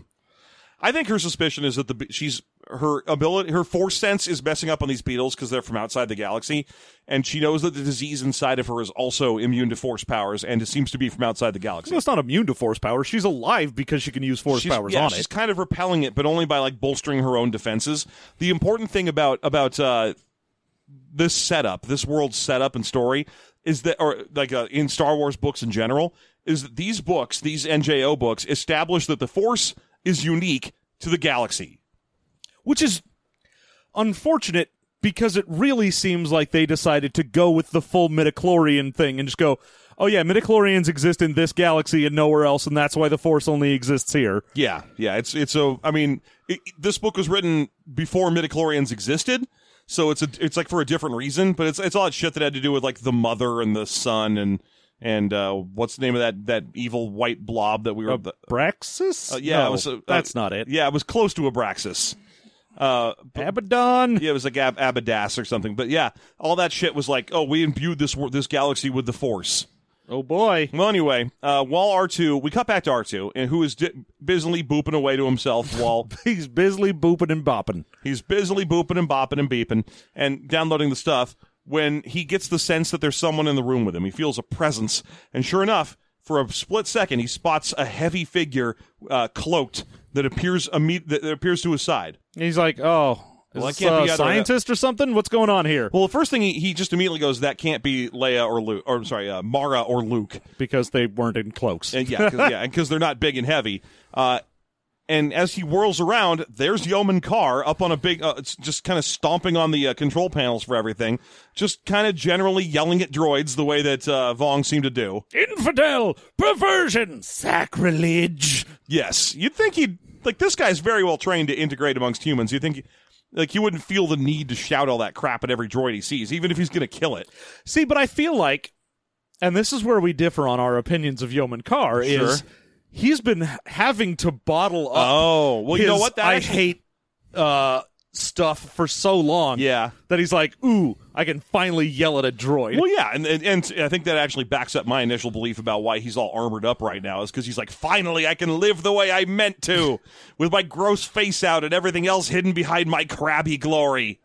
I think her suspicion is that the be- she's her ability, her force sense is messing up on these beetles because they're from outside the galaxy, and she knows that the disease inside of her is also immune to force powers, and it seems to be from outside the galaxy. No, it's not immune to force power. She's alive because she can use force she's, powers yeah, on she's it. kind of repelling it, but only by like bolstering her own defenses. The important thing about about uh, this setup, this world's setup and story, is that, or like uh, in Star Wars books in general, is that these books, these NJO books, establish that the Force is unique to the galaxy. which is unfortunate because it really seems like they decided to go with the full midichlorian thing and just go, oh yeah, midichlorians exist in this galaxy and nowhere else, and that's why the Force only exists here. Yeah, yeah. It's it's a. I mean, it, this book was written before midichlorians existed. So it's a, it's like for a different reason, but it's it's all that shit that had to do with like the mother and the son and and uh, what's the name of that that evil white blob that we were the- Braxis? uh, yeah Oh, No, it was, uh, that's uh, not it. yeah it was close to Abraxas uh but- Abaddon. yeah it was like Ab- Abadas or something but yeah all that shit was like oh we imbued this wor- this galaxy with the force Oh boy. well, anyway, uh, while R two, we cut back to R two, and who is di- busily booping away to himself while He's busily booping and bopping. he's busily booping and bopping and beeping and downloading the stuff. When he gets the sense that there's someone in the room with him, he feels a presence, and sure enough, for a split second, he spots a heavy figure uh, cloaked that appears imme- that that appears to his side. And he's like, oh, is Well, I this can't be a either of scientist or something? What's going on here? Well, the first thing he, he just immediately goes, "That can't be Leia or Luke," or I'm sorry, uh, Mara or Luke. Because they weren't in cloaks. And Uh, yeah, cause, yeah, because they're not big and heavy. Uh, and as he whirls around, there's Yeoman Carr up on a big, uh, it's just kind of stomping on the uh, control panels for everything, just kind of generally yelling at droids the way that uh, Vong seemed to do. Infidel, perversion, sacrilege. Yes, you'd think he'd like this guy's very well trained to integrate amongst humans. You would think. he- like he wouldn't feel the need to shout all that crap at every droid he sees, even if he's going to kill it. See, but I feel like, and this is where we differ on our opinions of Yeoman Carr, is Sure. he's been h- having to bottle up. Oh, well, you know his what? That I actually- hate uh, stuff for so long Yeah. that he's like, ooh, I can finally yell at a droid. Well, yeah, and, and and I think that actually backs up my initial belief about why he's all armored up right now is because he's like, finally, I can live the way I meant to, with my gross face out and everything else hidden behind my crabby glory.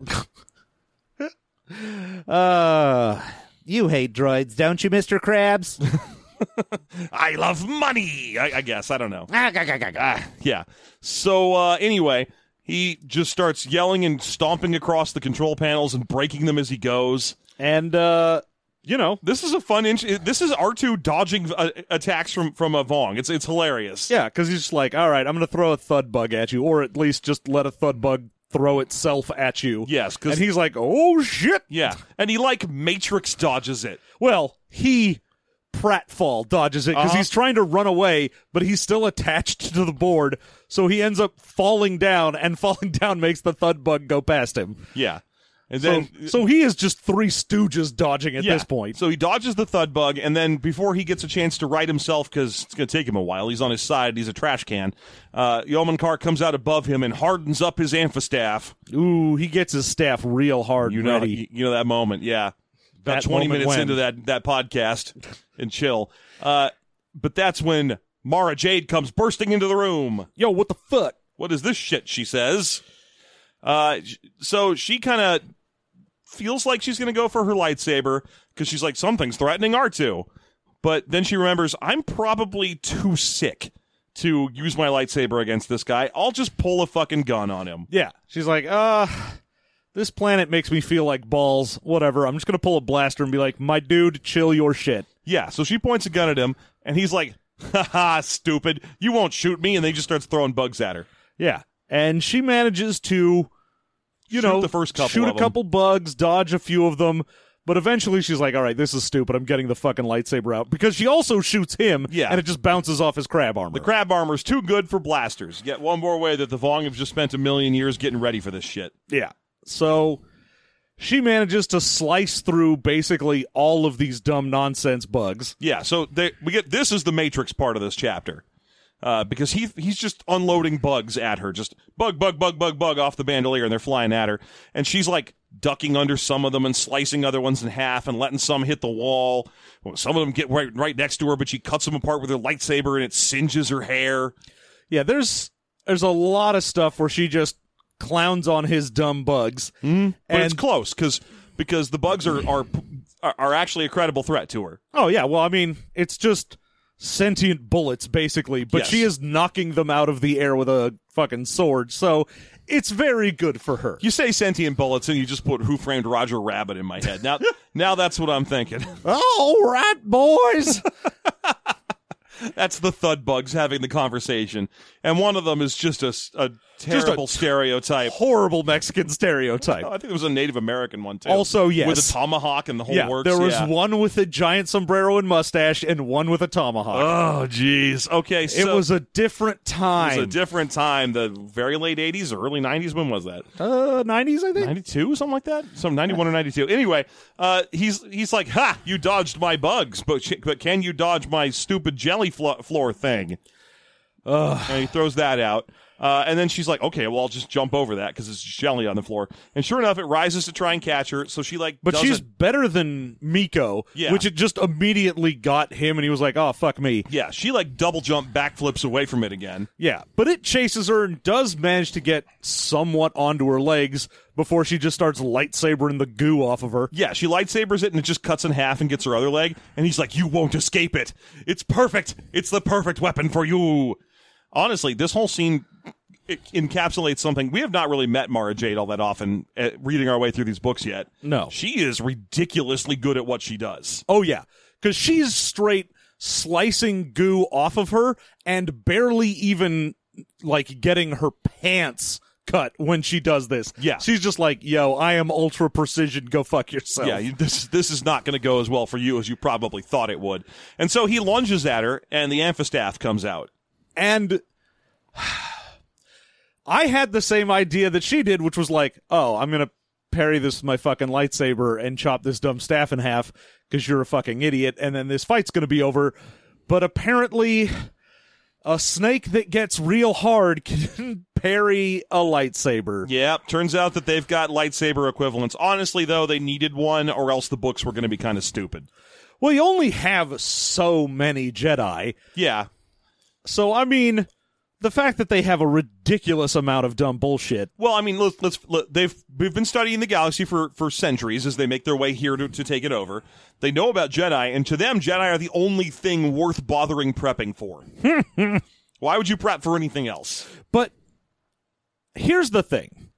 Uh, you hate droids, don't you, Mr. Krabs? I love money. I, I guess I don't know. Ah, gah, gah, gah, gah. Yeah. So uh, anyway, he just starts yelling and stomping across the control panels and breaking them as he goes. and uh, you know, This is a fun. Inch- this is R two dodging uh, attacks from from a Vong. It's it's hilarious. yeah, because he's just like, all right, I'm gonna throw a thud bug at you, or at least just let a thud bug throw itself at you. Yes, and because he's like, oh shit. yeah, and he like Matrix dodges it. Well, he pratfall dodges it because Uh-huh. he's trying to run away, but he's still attached to the board, so he ends up falling down, and falling down makes the thud bug go past him. Yeah, and So, then so he is just three stooges dodging at Yeah. this point. So he dodges the thud bug, and then before he gets a chance to right himself, because it's going to take him a while, he's on his side, he's a trash can. Uh, Yeomankar comes out above him and hardens up his amphistaff. Ooh, he gets his staff real hard You know, ready. you know that moment, yeah. About That 20 moment minutes when- into that, that podcast and chill. Uh, but that's when Mara Jade comes bursting into the room. Yo, what the fuck? What is this shit? She says. Uh, sh- so she kind of feels like she's going to go for her lightsaber because she's like, something's threatening R2. But then she remembers, I'm probably too sick to use my lightsaber against this guy. I'll just pull a fucking gun on him. Yeah. She's like, uh, this planet makes me feel like balls. Whatever. I'm just going to pull a blaster and be like, my dude, chill your shit. Yeah. So she points a gun at him, and he's like, ha ha, stupid. You won't shoot me. And then he just starts throwing bugs at her. Yeah. And she manages to, you Shoot know, the first couple shoot of a them. couple bugs, dodge a few of them. But eventually she's like, all right, this is stupid. I'm getting the fucking lightsaber out. Because she also shoots him, Yeah. and it just bounces off his crab armor. The crab armor's too good for blasters. Yet one more way that the Vong have just spent a million years getting ready for this shit. Yeah. So she manages to slice through basically all of these dumb nonsense bugs. Yeah, so they, we get this is the Matrix part of this chapter. Uh, because he he's just unloading bugs at her, just bug, bug, bug, bug, bug off the bandolier, and they're flying at her. And she's like ducking under some of them and slicing other ones in half and letting some hit the wall. Well, Some of them get right right next to her, but she cuts them apart with her lightsaber and it singes her hair. Yeah, there's there's a lot of stuff where she just clowns on his dumb bugs. Mm, Mm-hmm. But and it's close because because the bugs are are are- are actually a credible threat to her. oh yeah, well I mean, it's just sentient bullets basically, but Yes. she is knocking them out of the air with a fucking sword. So, it's very good for her. You say sentient bullets, and you just put "Who Framed Roger Rabbit" in my head. Now, now that's what I'm thinking. All right, boys. That's the thud bugs having the conversation, and one of them is just a, s- a terrible stereotype. Horrible Mexican stereotype. Oh, I think it was a Native American one too. Also, yes. with a tomahawk and the whole yeah, works. there was yeah. one with a giant sombrero and mustache, and one with a tomahawk. Oh, jeez. Okay, so it was a different it was time. a different time. The very late '80s or early '90s. When was that? uh, 90s, I think. '92, something like that. Some '91 or '92. Anyway, uh, he's he's like, "Ha! You dodged my bugs, but sh- but can you dodge my stupid jelly flo- floor thing?" and he throws that out. Uh, and then she's like, "Okay, well, I'll just jump over that because it's jelly on the floor." And sure enough, it rises to try and catch her. So she like, But does she's it- better than Miko, Yeah. which it just immediately got him, and he was like, "Oh fuck me, yeah, she like double jump backflips away from it again. yeah." But it chases her and does manage to get somewhat onto her legs before she just starts lightsabering the goo off of her. Yeah, she lightsabers it and it just cuts in half and gets her other leg. And he's like, "You won't escape it. It's perfect. It's the perfect weapon for you." Honestly, this whole scene it encapsulates something we have not really met Mara Jade all that often uh, reading our way through these books yet. No. she is ridiculously good at what she does. Oh yeah, because she's straight slicing goo off of her and barely even like getting her pants cut when she does this. Yeah. she's just like, "Yo, I am ultra precision. Go fuck yourself." Yeah, you- this this is not going to go as well for you as you probably thought it would. And so he lunges at her, and the amphistaff comes out. and I had the same idea that she did, which was like, "Oh, I'm gonna parry this with my fucking lightsaber and chop this dumb staff in half because you're a fucking idiot," and then this fight's gonna be over. But apparently, a snake that gets real hard can parry a lightsaber. Yep. Turns out that they've got lightsaber equivalents. Honestly, though, they needed one, or else the books were going to be kind of stupid. Well, you only have so many Jedi. Yeah. So, I mean, the fact that they have a ridiculous amount of dumb bullshit. Well, I mean, let's, let's let, they've we've been studying the galaxy for for centuries as they make their way here to, to take it over. They know about Jedi, and to them, Jedi are the only thing worth bothering prepping for. Why would you prep for anything else? But here's the thing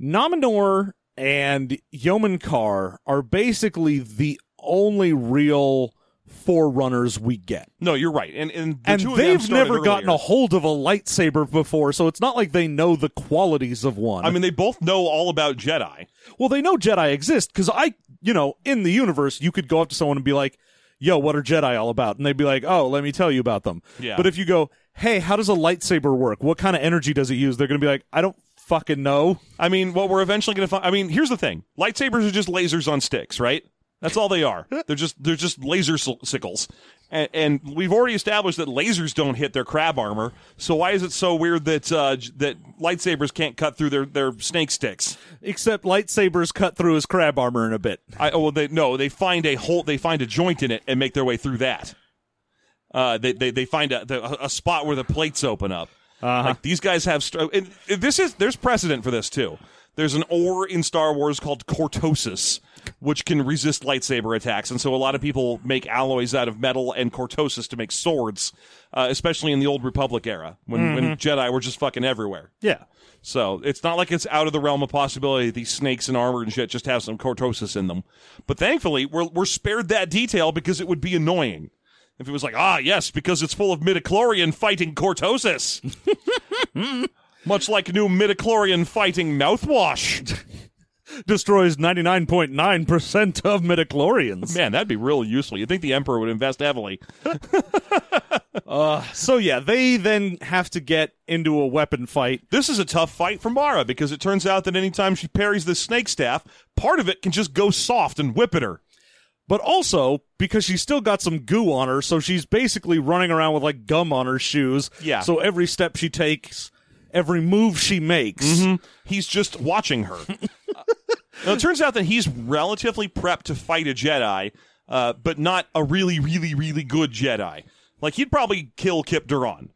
Nominor and Yeomankar are basically the only real forerunners we get. No, you're right, and and, the and two of them they've started never gotten earlier. a hold of a lightsaber before, so it's not like they know the qualities of one. I mean, they both know all about Jedi. well, they know Jedi exist because I, you know, in the universe, you could go up to someone and be like, "Yo, what are Jedi all about?" And they'd be like, "Oh, let me tell you about them." Yeah. But if you go, "Hey, how does a lightsaber work? What kind of energy does it use?" They're gonna be like, "I don't fucking know." I mean, what we're eventually going to find. I mean, here's the thing: lightsabers are just lasers on sticks, right? That's all they are. They're just they're just laser si- sickles, and, and we've already established that lasers don't hit their crab armor. So why is it so weird that uh, j- that lightsabers can't cut through their, their snake sticks? Except lightsabers cut through his crab armor in a bit. I, oh, well, they no, they find a hole, they find a joint in it, and make their way through that. Uh, they, they they find a the- a spot where the plates open up. Like these guys have. St- and this is there's precedent for this too. There's an ore in Star Wars called cortosis, which can resist lightsaber attacks, and so a lot of people make alloys out of metal and cortosis to make swords, uh, especially in the old Republic era when when Jedi were just fucking everywhere. Yeah. So it's not like it's out of the realm of possibility. that These snakes and armor and shit just have some cortosis in them. But thankfully, we're, we're spared that detail because it would be annoying. If it was like, ah, yes, because it's full of midichlorian fighting cortosis. Much like new midichlorian fighting mouthwash. Destroys ninety nine point nine percent of midichlorians. Man, that'd be real useful. You'd think the Emperor would invest heavily. So yeah, they then have to get into a weapon fight. This is a tough fight for Mara because it turns out that anytime she parries the snake staff, part of it can just go soft and whip at her. but also because she's still got some goo on her, so she's basically running around with like gum on her shoes. Yeah. So every step she takes, every move she makes, He's just watching her. Uh, now, it turns out that he's relatively prepped to fight a Jedi, uh, but not a really, really, really good Jedi. Like, he'd probably kill Kip Duran.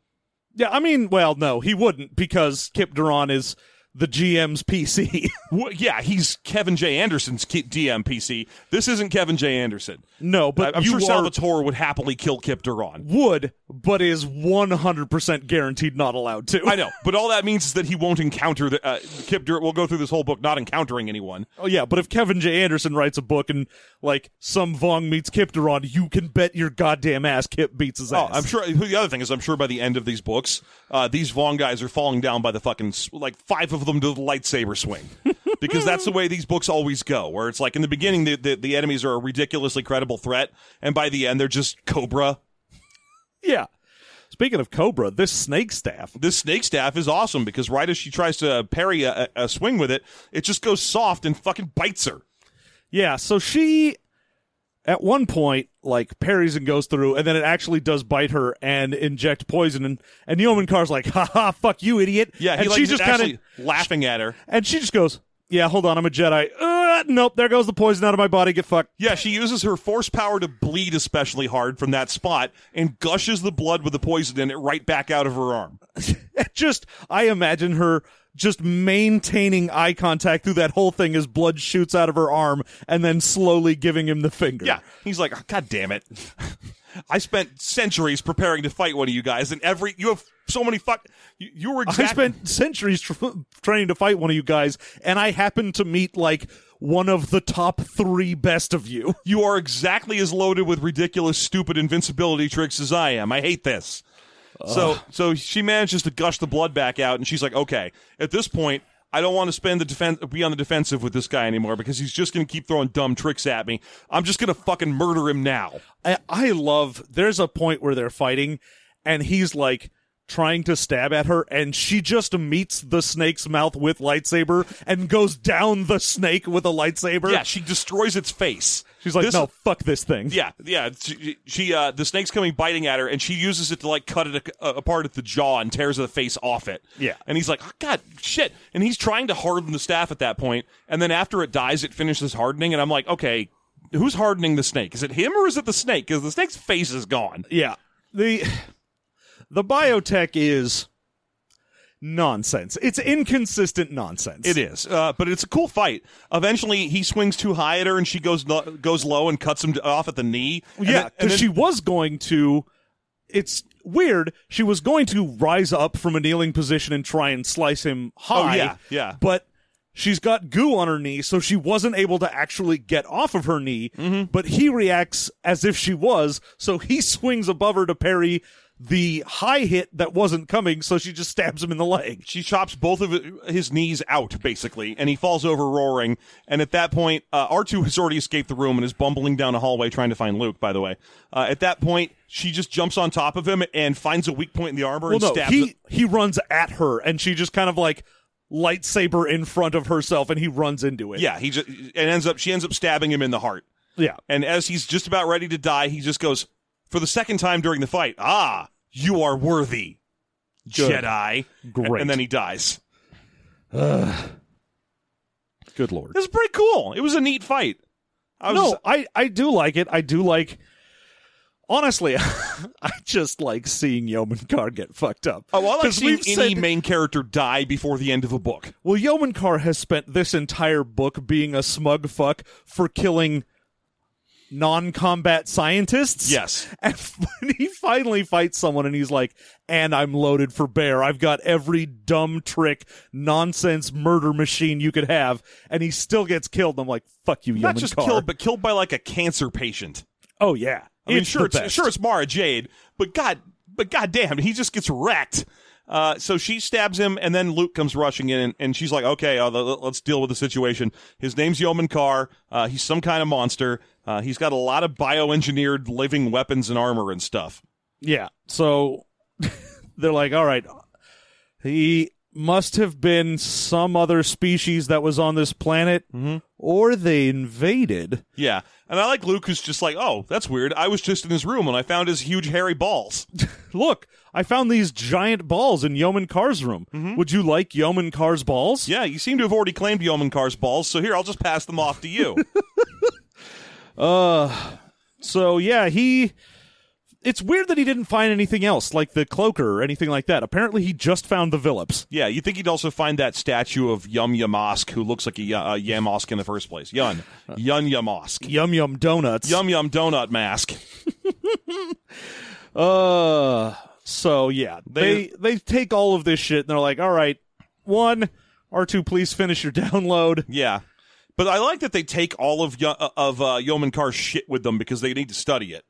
yeah. I mean, well, no, he wouldn't because Kip Duran is the GM's PC. W- yeah, he's Kevin J. Anderson's K- DMPC. This isn't Kevin J. Anderson. no, I- but I'm you sure are- Salvatore would happily kill Kip Duran. would, but is one hundred percent guaranteed not allowed to. I know, but all that means is that he won't encounter the, uh, Kip Duran. We'll go through this whole book not encountering anyone. Oh yeah, but if Kevin J. Anderson writes a book and like some Vong meets Kip Duran, you can bet your goddamn ass Kip beats his Oh, ass. I'm sure. The other thing is, I'm sure by the end of these books, uh, these Vaughn guys are falling down by the fucking s- like five of them do the lightsaber swing because that's the way these books always go. Where it's like in the beginning, the, the the enemies are a ridiculously credible threat, and by the end, they're just Cobra. Yeah. Speaking of Cobra, this snake staff. This snake staff is awesome because right as she tries to parry a, a a swing with it, it just goes soft and fucking bites her. Yeah, so she at one point like parries and goes through and then it actually does bite her and inject poison and and Yeoman Carr's like, "Ha ha, fuck you, idiot." Yeah, he and like, she is just actually of laughing at her. and she just goes, "Yeah, hold on, I'm a Jedi." Uh, nope, there goes the poison out of my body. Get fucked. Yeah, she uses her force power to bleed especially hard from that spot and gushes the blood with the poison in it right back out of her arm. just I imagine her just maintaining eye contact through that whole thing as blood shoots out of her arm and then slowly giving him the finger. Yeah. He's like, "Oh, God damn it. I spent centuries preparing to fight one of you guys, and every you have so many fuck. You, you were exactly. I spent centuries tr- training to fight one of you guys, and I happened to meet like one of the top three best of you. You are exactly as loaded with ridiculous, stupid invincibility tricks as I am. I hate this. So, so she manages to gush the blood back out, and she's like, "Okay, at this point." I don't want to spend the defense, be on the defensive with this guy anymore because he's just going to keep throwing dumb tricks at me. I'm just going to fucking murder him now. I, I love. There's a point where they're fighting, and he's like, trying to stab at her, and she just meets the snake's mouth with lightsaber and goes down the snake with a lightsaber. Yeah, she destroys its face. She's like, This- no, fuck this thing. Yeah, yeah. She, she uh, the snake's coming biting at her, and she uses it to like cut it a- apart at the jaw and tears the face off it. Yeah. and he's like, oh, "God, shit!" And he's trying to harden the staff at that point, and then after it dies, it finishes hardening, and I'm like, "Okay, who's hardening the snake? Is it him or is it the snake? Because the snake's face is gone." Yeah. The the biotech is nonsense. It's inconsistent nonsense. It is, uh, but it's a cool fight. Eventually, he swings too high at her, and she goes lo- goes low and cuts him off at the knee. And Yeah, then- and because then- she was going to. It's weird. She was going to rise up from a kneeling position and try and slice him Oh, high. yeah, yeah. But she's got goo on her knee, so she wasn't able to actually get off of her knee. Mm-hmm. But he reacts as if she was, so he swings above her to parry the high hit that wasn't coming, so she just stabs him in the leg. she chops both of his knees out basically and he falls over roaring and at that point uh, r2 has already escaped the room and is bumbling down a hallway trying to find luke by the way uh, at that point she just jumps on top of him and finds a weak point in the armor Well, and no, stabs he it. he runs at her, and she just kind of like lightsaber in front of herself, and he runs into it. yeah he just and ends up she ends up stabbing him in the heart yeah. and as he's just about ready to die he just goes for the second time during the fight ah you are worthy Good. jedi Great. and then he dies Good lord. this is pretty cool it was a neat fight I was no, I I do like it. I do like. Honestly, I just like seeing Yeoman Carr get fucked up. Oh, I like 'Cause seeing we've any said- main character die before the end of a book. well, Yeoman Carr has spent this entire book being a smug fuck for killing non-combat scientists. Yes. And when he finally fights someone and he's like, and I'm loaded for bear. I've got every dumb trick, nonsense murder machine you could have. And he still gets killed. And I'm like, fuck you, Not Yeoman just Carr. killed, but killed by like a cancer patient. oh, yeah. I mean, It's sure, the it's, best. sure, it's Mara Jade, but god, but goddamn, he just gets wrecked. Uh, so she stabs him, and then Luke comes rushing in, and, and she's like, "Okay, uh, let- let's deal with the situation." His name's Yeoman Carr. Uh, he's some kind of monster. Uh, he's got a lot of bioengineered living weapons and armor and stuff. Yeah. So they're like, all right, he must have been some other species that was on this planet, Mm-hmm. or they invaded. Yeah, and I like Luke, who's just like, "Oh, that's weird. I was just in his room, and I found his huge hairy balls." Look, I found these giant balls in Yeoman Car's room. Mm-hmm. Would you like Yeoman Car's balls? Yeah, you seem to have already claimed Yeoman Car's balls, so here I'll just pass them off to you. So yeah, he. It's weird that he didn't find anything else, like the cloaker or anything like that. Apparently, he just found the Phillips. yeah, you think he'd also find that statue of Yum Yamask, who looks like a Ya- uh, Yamask in the first place. Yun, Yun Yamask, Yum yum donuts. Yum Yum Donut Mask. Uh so yeah. They, They- they take all of this shit and they're like, all right, one, R2, please finish your download. Yeah, but I like that they take all of Yo- uh, of uh, Yeoman Car's shit with them because they need to study it.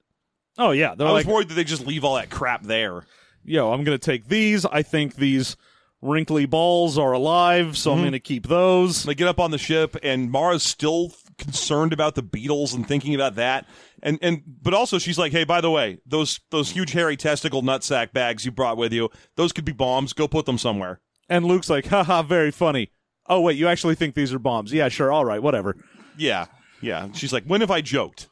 Oh yeah. They're I like was worried that they just leave all that crap there. yo, I'm gonna take these. I think these wrinkly balls are alive, so Mm-hmm. I'm gonna keep those. They get up on the ship, and Mara's still concerned about the Beatles and thinking about that. And and but also she's like, hey, by the way, those those huge hairy testicle nutsack bags you brought with you, those could be bombs. Go put them somewhere. And Luke's like, haha, very funny. Oh wait, you actually think these are bombs. Yeah, sure, all right, whatever. Yeah, yeah. She's like, when have I joked?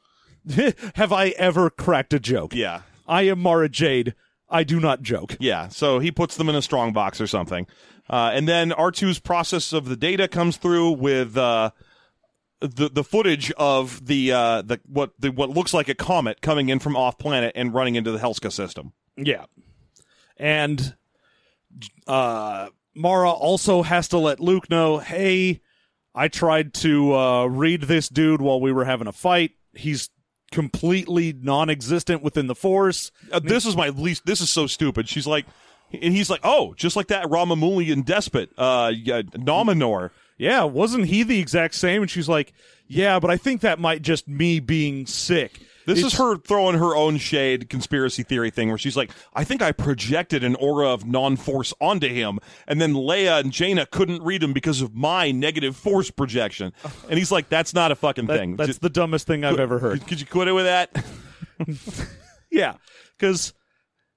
Have I ever cracked a joke? Yeah, I am Mara Jade. I do not joke. yeah. So he puts them in a strong box or something. Uh, and then R2's process of the data comes through with uh, the the footage of the uh, the what the what looks like a comet coming in from off planet and running into the Helska system. Yeah. And uh Mara also has to let Luke know, "Hey, I tried to uh read this dude while we were having a fight. He's completely non-existent within the force." Uh, this is my least. This is so stupid. She's like, and he's like, oh, just like that Ramamulian despot, uh, yeah, Nominor. Yeah, wasn't he the exact same? And she's like, "Yeah, but I think that might just me being sick." This It's- is her throwing her own shade conspiracy theory thing where she's like, I think I projected an aura of non force onto him, and then Leia and Jaina couldn't read him because of my negative force projection. And he's like, that's not a fucking that- thing. That's Just- the dumbest thing I've ever heard. Could you quit it with that? Yeah, because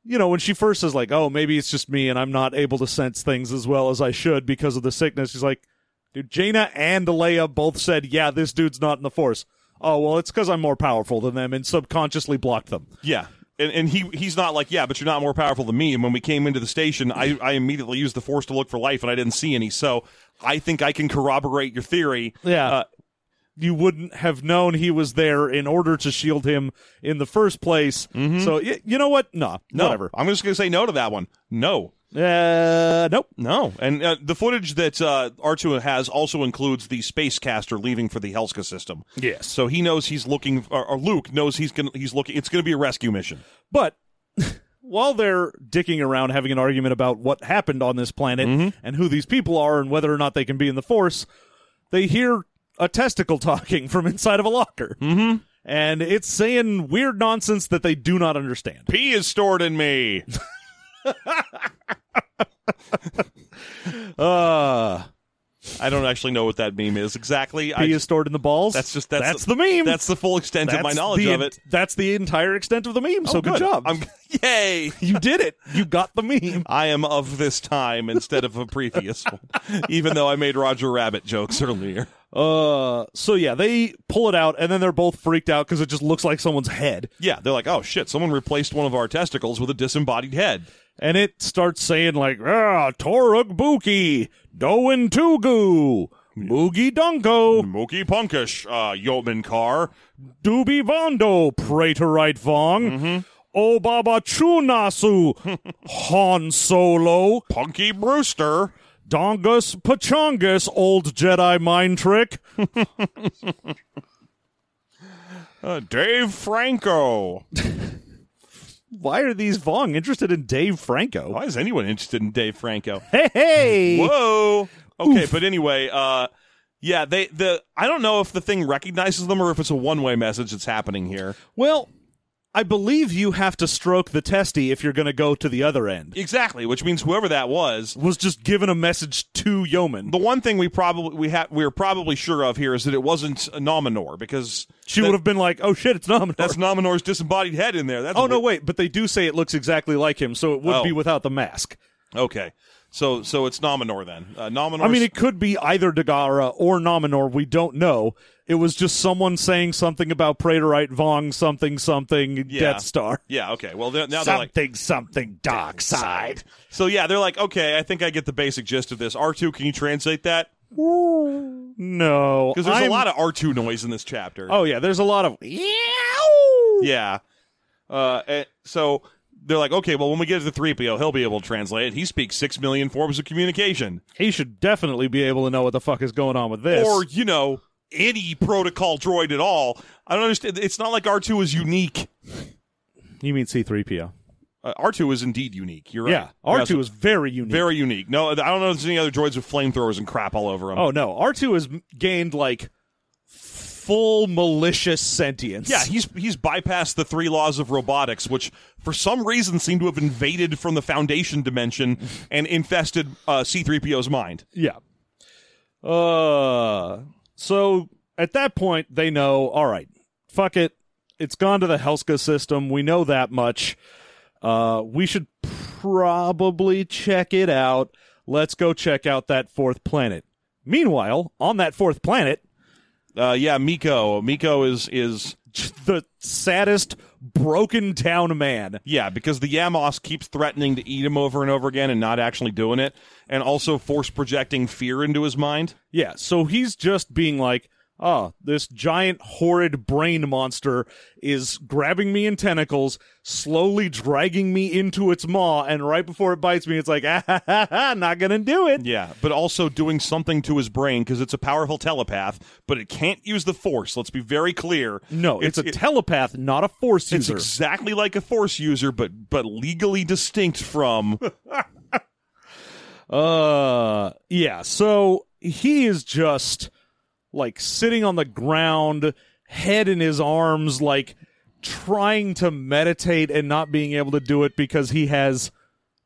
you know, when she first is like, "Oh, maybe it's just me and I'm not able to sense things as well as I should because of the sickness," she's like, "Dude, Jaina and Leia both said, yeah, this dude's not in the Force.' Oh, well, it's because I'm more powerful than them and subconsciously blocked them. Yeah. And, and he he's not like, yeah, but you're not more powerful than me. And when we came into the station, I, I immediately used the force to look for life and I didn't see any. So I think I can corroborate your theory. Yeah. Uh, you wouldn't have known he was there in order to shield him in the first place. So y- you know what? Nah, no, whatever. I'm just going to say no to that one. No. Uh, nope. No. And uh, the footage that uh, R2 has also includes the space caster leaving for the Helska system. Yes. So he knows he's looking, or, or Luke knows he's gonna, he's looking, it's going to be a rescue mission. But while they're dicking around having an argument about what happened on this planet Mm-hmm. and who these people are and whether or not they can be in the Force, they hear a testicle talking from inside of a locker. Mm-hmm. And it's saying weird nonsense that they do not understand. P is stored in me. Uh, I don't actually know what that meme is exactly. I P just- is stored in the balls. That's just that's, the, meme. That's the full extent of my That's knowledge the of en- it. That's the entire extent of the meme. so Oh, good, job. I'm, yay! you did it. You got the meme. I am of this time instead of a previous one, even though I made Roger Rabbit jokes earlier. Uh, so yeah, they pull it out, and then they're both freaked out because it just looks like someone's head, Yeah, they're like, oh shit, someone replaced one of our testicles with a disembodied head. and it starts saying like, "Ah, Toruk Buki, Doin Tugu, Moogie Dunko, Mookie Punkish, uh, Yeoman Carr. Doobie Vondo, Praetorite Vong." Obaba Chunasu, Han Solo, Punky Brewster. Dongus Pachongus, old Jedi mind trick. Uh, Dave Franco. Why are these Vong interested in Dave Franco? Why is anyone interested in Dave Franco? Hey, hey! Whoa. Okay, but anyway, uh yeah, they the I don't know if the thing recognizes them or if it's a one-way message that's happening here. Well, I believe you have to stroke the testy if you're going to go to the other end. Exactly, which means whoever that was Was just given a message to Yeoman. the one thing we probably we have we're probably sure of here is that it wasn't Nominor because She would have been like, "Oh shit, it's Nominor." that's Nominor's disembodied head in there. That's oh no, wait! But they do say it looks exactly like him, so it would Oh. be without the mask. Okay, so so it's Nominor then. Uh, Nominor. I mean, it could be either Dagara or Nominor. We don't know. It was just someone saying something about Praetorite Vong something something Yeah. Death Star. yeah. Okay. Well, they're, now they're like. something, something dark side. So yeah, they're like, okay, I think I get the basic gist of this. R two, can you translate that? No, Because there's I'm- a lot of R two noise in this chapter. Oh yeah, there's a lot of Yeah. Uh, and so they're like, okay, well, when we get to the 3PO, he'll be able to translate it. He speaks 6 million forms of communication. he should definitely be able to know what the fuck is going on with this. Or, you know, any protocol droid at all. I don't understand. It's not like R2 is unique. you mean C3PO? Uh, R2 is indeed unique. You're right. Yeah, R2 so is very unique. very unique. No, I don't know if there's any other droids with flamethrowers and crap all over them. oh no, R2 has m- gained like full malicious sentience. Yeah, he's he's bypassed the three laws of robotics, which for some reason seem to have invaded from the Foundation dimension and infested uh, C-3PO's mind. yeah. Uh, so at that point they know. All right, fuck it. It's gone to the Helska system. We know that much. Uh, we should probably check it out. Let's go check out that fourth planet. Meanwhile, on that fourth planet, Uh, yeah, Miko. Miko is is the saddest broken down man. yeah because the Yamos keeps threatening to eat him over and over again and not actually doing it, and also force projecting fear into his mind. Yeah, so he's just being like, oh, this giant horrid brain monster is grabbing me in tentacles, slowly dragging me into its maw, and right before it bites me, it's like, ah, ha, ha, ha, not gonna do it. Yeah, but also doing something to his brain because it's a powerful telepath, but it can't use the force. Let's be very clear. No, it's, a it- telepath, not a force it's user. exactly like a force user, but but legally distinct from. Uh, yeah. So he is just like sitting on the ground, head in his arms, like trying to meditate and not being able to do it because he has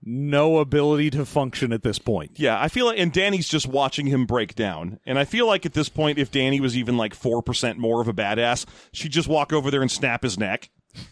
no ability to function at this point. yeah, I feel like, and Danny's just watching him break down. And I feel like at this point, if Danny was even like four percent more of a badass, she'd just walk over there and snap his neck.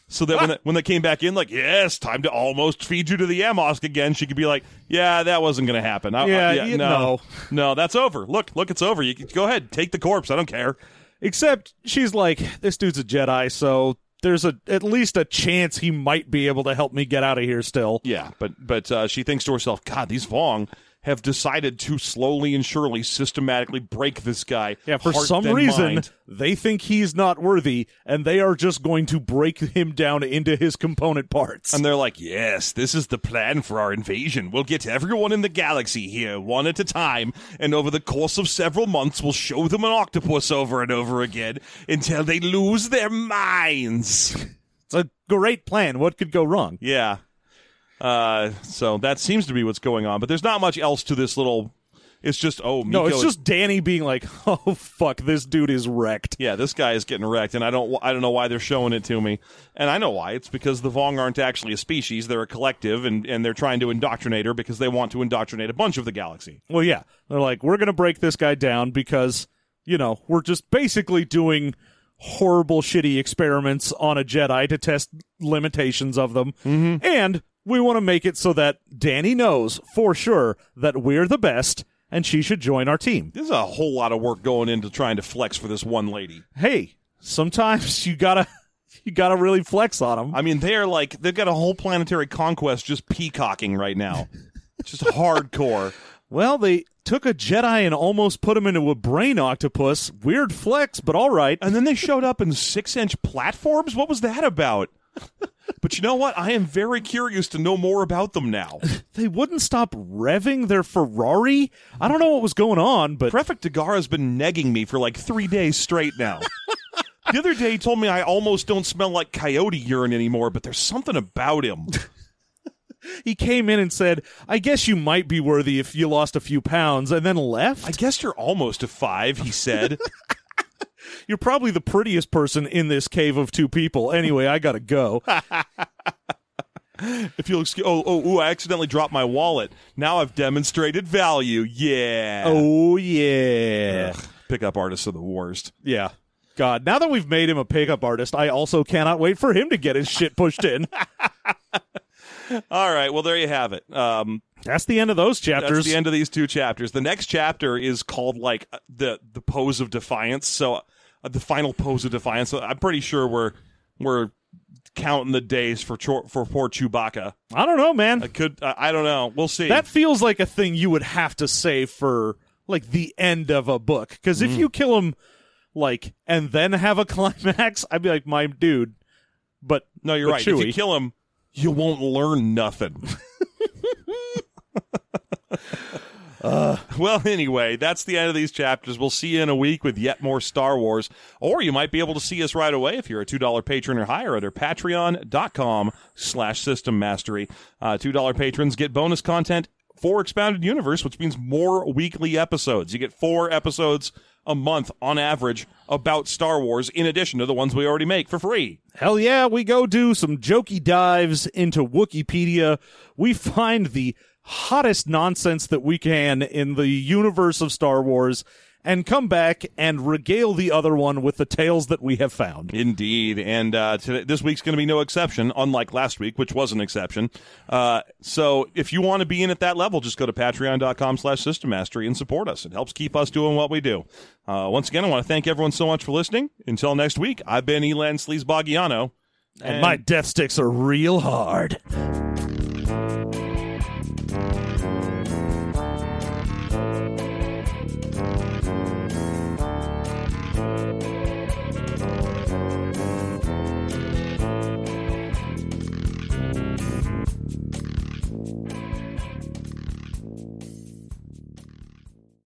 So that when, they, when they came back in, like, yes, time to almost feed you to the Yamosk again, she could be like, yeah, that wasn't going to happen. I- I- Yeah, you- no, no, that's over. Look, look, it's over. You can- go ahead, take the corpse. I don't care. Except she's like, this dude's a Jedi, so there's a at least a chance he might be able to help me get out of here still. Yeah, but but uh, she thinks to herself, God, these Vong have decided to slowly and surely systematically break this guy. Yeah, for heart some and reason, mind." they think he's not worthy, and they are just going to break him down into his component parts. And they're like, yes, this is the plan for our invasion. We'll get everyone in the galaxy here, one at a time, and over the course of several months, we'll show them an octopus over and over again until they lose their minds. it's a great plan. What could go wrong? Yeah. Uh, so that seems to be what's going on, but there's not much else to this little. It's just oh Miko No, it's is- just Danny being like, "Oh fuck, this dude is wrecked." yeah, this guy is getting wrecked, and I don't I don't know why they're showing it to me, and I know why. It's because the Vong aren't actually a species; they're a collective, and and they're trying to indoctrinate her because they want to indoctrinate a bunch of the galaxy. Well, yeah, they're like, "We're gonna break this guy down because you know we're just basically doing horrible, shitty experiments on a Jedi to test limitations of them, and we want to make it so that Danny knows for sure that we're the best." And she should join our team. There's a whole lot of work going into trying to flex for this one lady. hey, sometimes you gotta you gotta really flex on them. I mean, they're like they've got a whole planetary conquest just peacocking right now, just hardcore. Well, they took a Jedi and almost put him into a brain octopus. Weird flex, but all right. And then they showed up in six inch platforms. What was that about? But you know what? I am very curious to know more about them now. They wouldn't stop revving their Ferrari. I don't know what was going on, but Prefect Dagara's been negging me for like three days straight now. the other day he told me I almost don't smell like coyote urine anymore, but there's something about him. he came in and said, "I guess you might be worthy if you lost a few pounds," and then left. I guess you're almost a five, he said. You're probably the prettiest person in this cave of two people. Anyway, I gotta go. If you'll excuse, oh, oh, ooh, I accidentally dropped my wallet. Now I've demonstrated value. Yeah. oh yeah. Ugh, pickup artists are the worst. Yeah. God, now that we've made him a pickup artist, I also cannot wait for him to get his shit pushed in. All right. Well, there you have it. Um, That's the end of those that's chapters. the end of these two chapters. The next chapter is called like uh, the the pose of defiance. So uh, the final pose of defiance. So I'm pretty sure we're we're counting the days for Chor- for poor Chewbacca. I don't know, man. I could. I I don't know. We'll see. that feels like a thing you would have to say for like the end of a book. Because if you kill him like and then have a climax, I'd be like, my dude. But no, you're but right. If you Chewie. kill him, you won't learn nothing. Uh, Well, anyway, that's the end of these chapters. We'll see you in a week with yet more Star Wars, or you might be able to see us right away if you're a $2 patron or higher under patreon.com slash system mastery. Uh, $2 patrons get bonus content for Expounded Universe, which means more weekly episodes. You get four episodes a month on average about Star Wars in addition to the ones we already make for free. Hell yeah, we go do some jokey dives into Wikipedia. We find the hottest nonsense that we can in the universe of Star Wars and come back and regale the other one with the tales that we have found. Indeed, and uh, today, this week's going to be no exception, unlike last week, which was an exception. Uh, so, if you want to be in at that level, just go to Patreon.com/slash System Mastery and support us. It helps keep us doing what we do. Uh, once again, I want to thank everyone so much for listening. Until next week, I've been Elan Sleaze Bagiano. And my death sticks are real hard.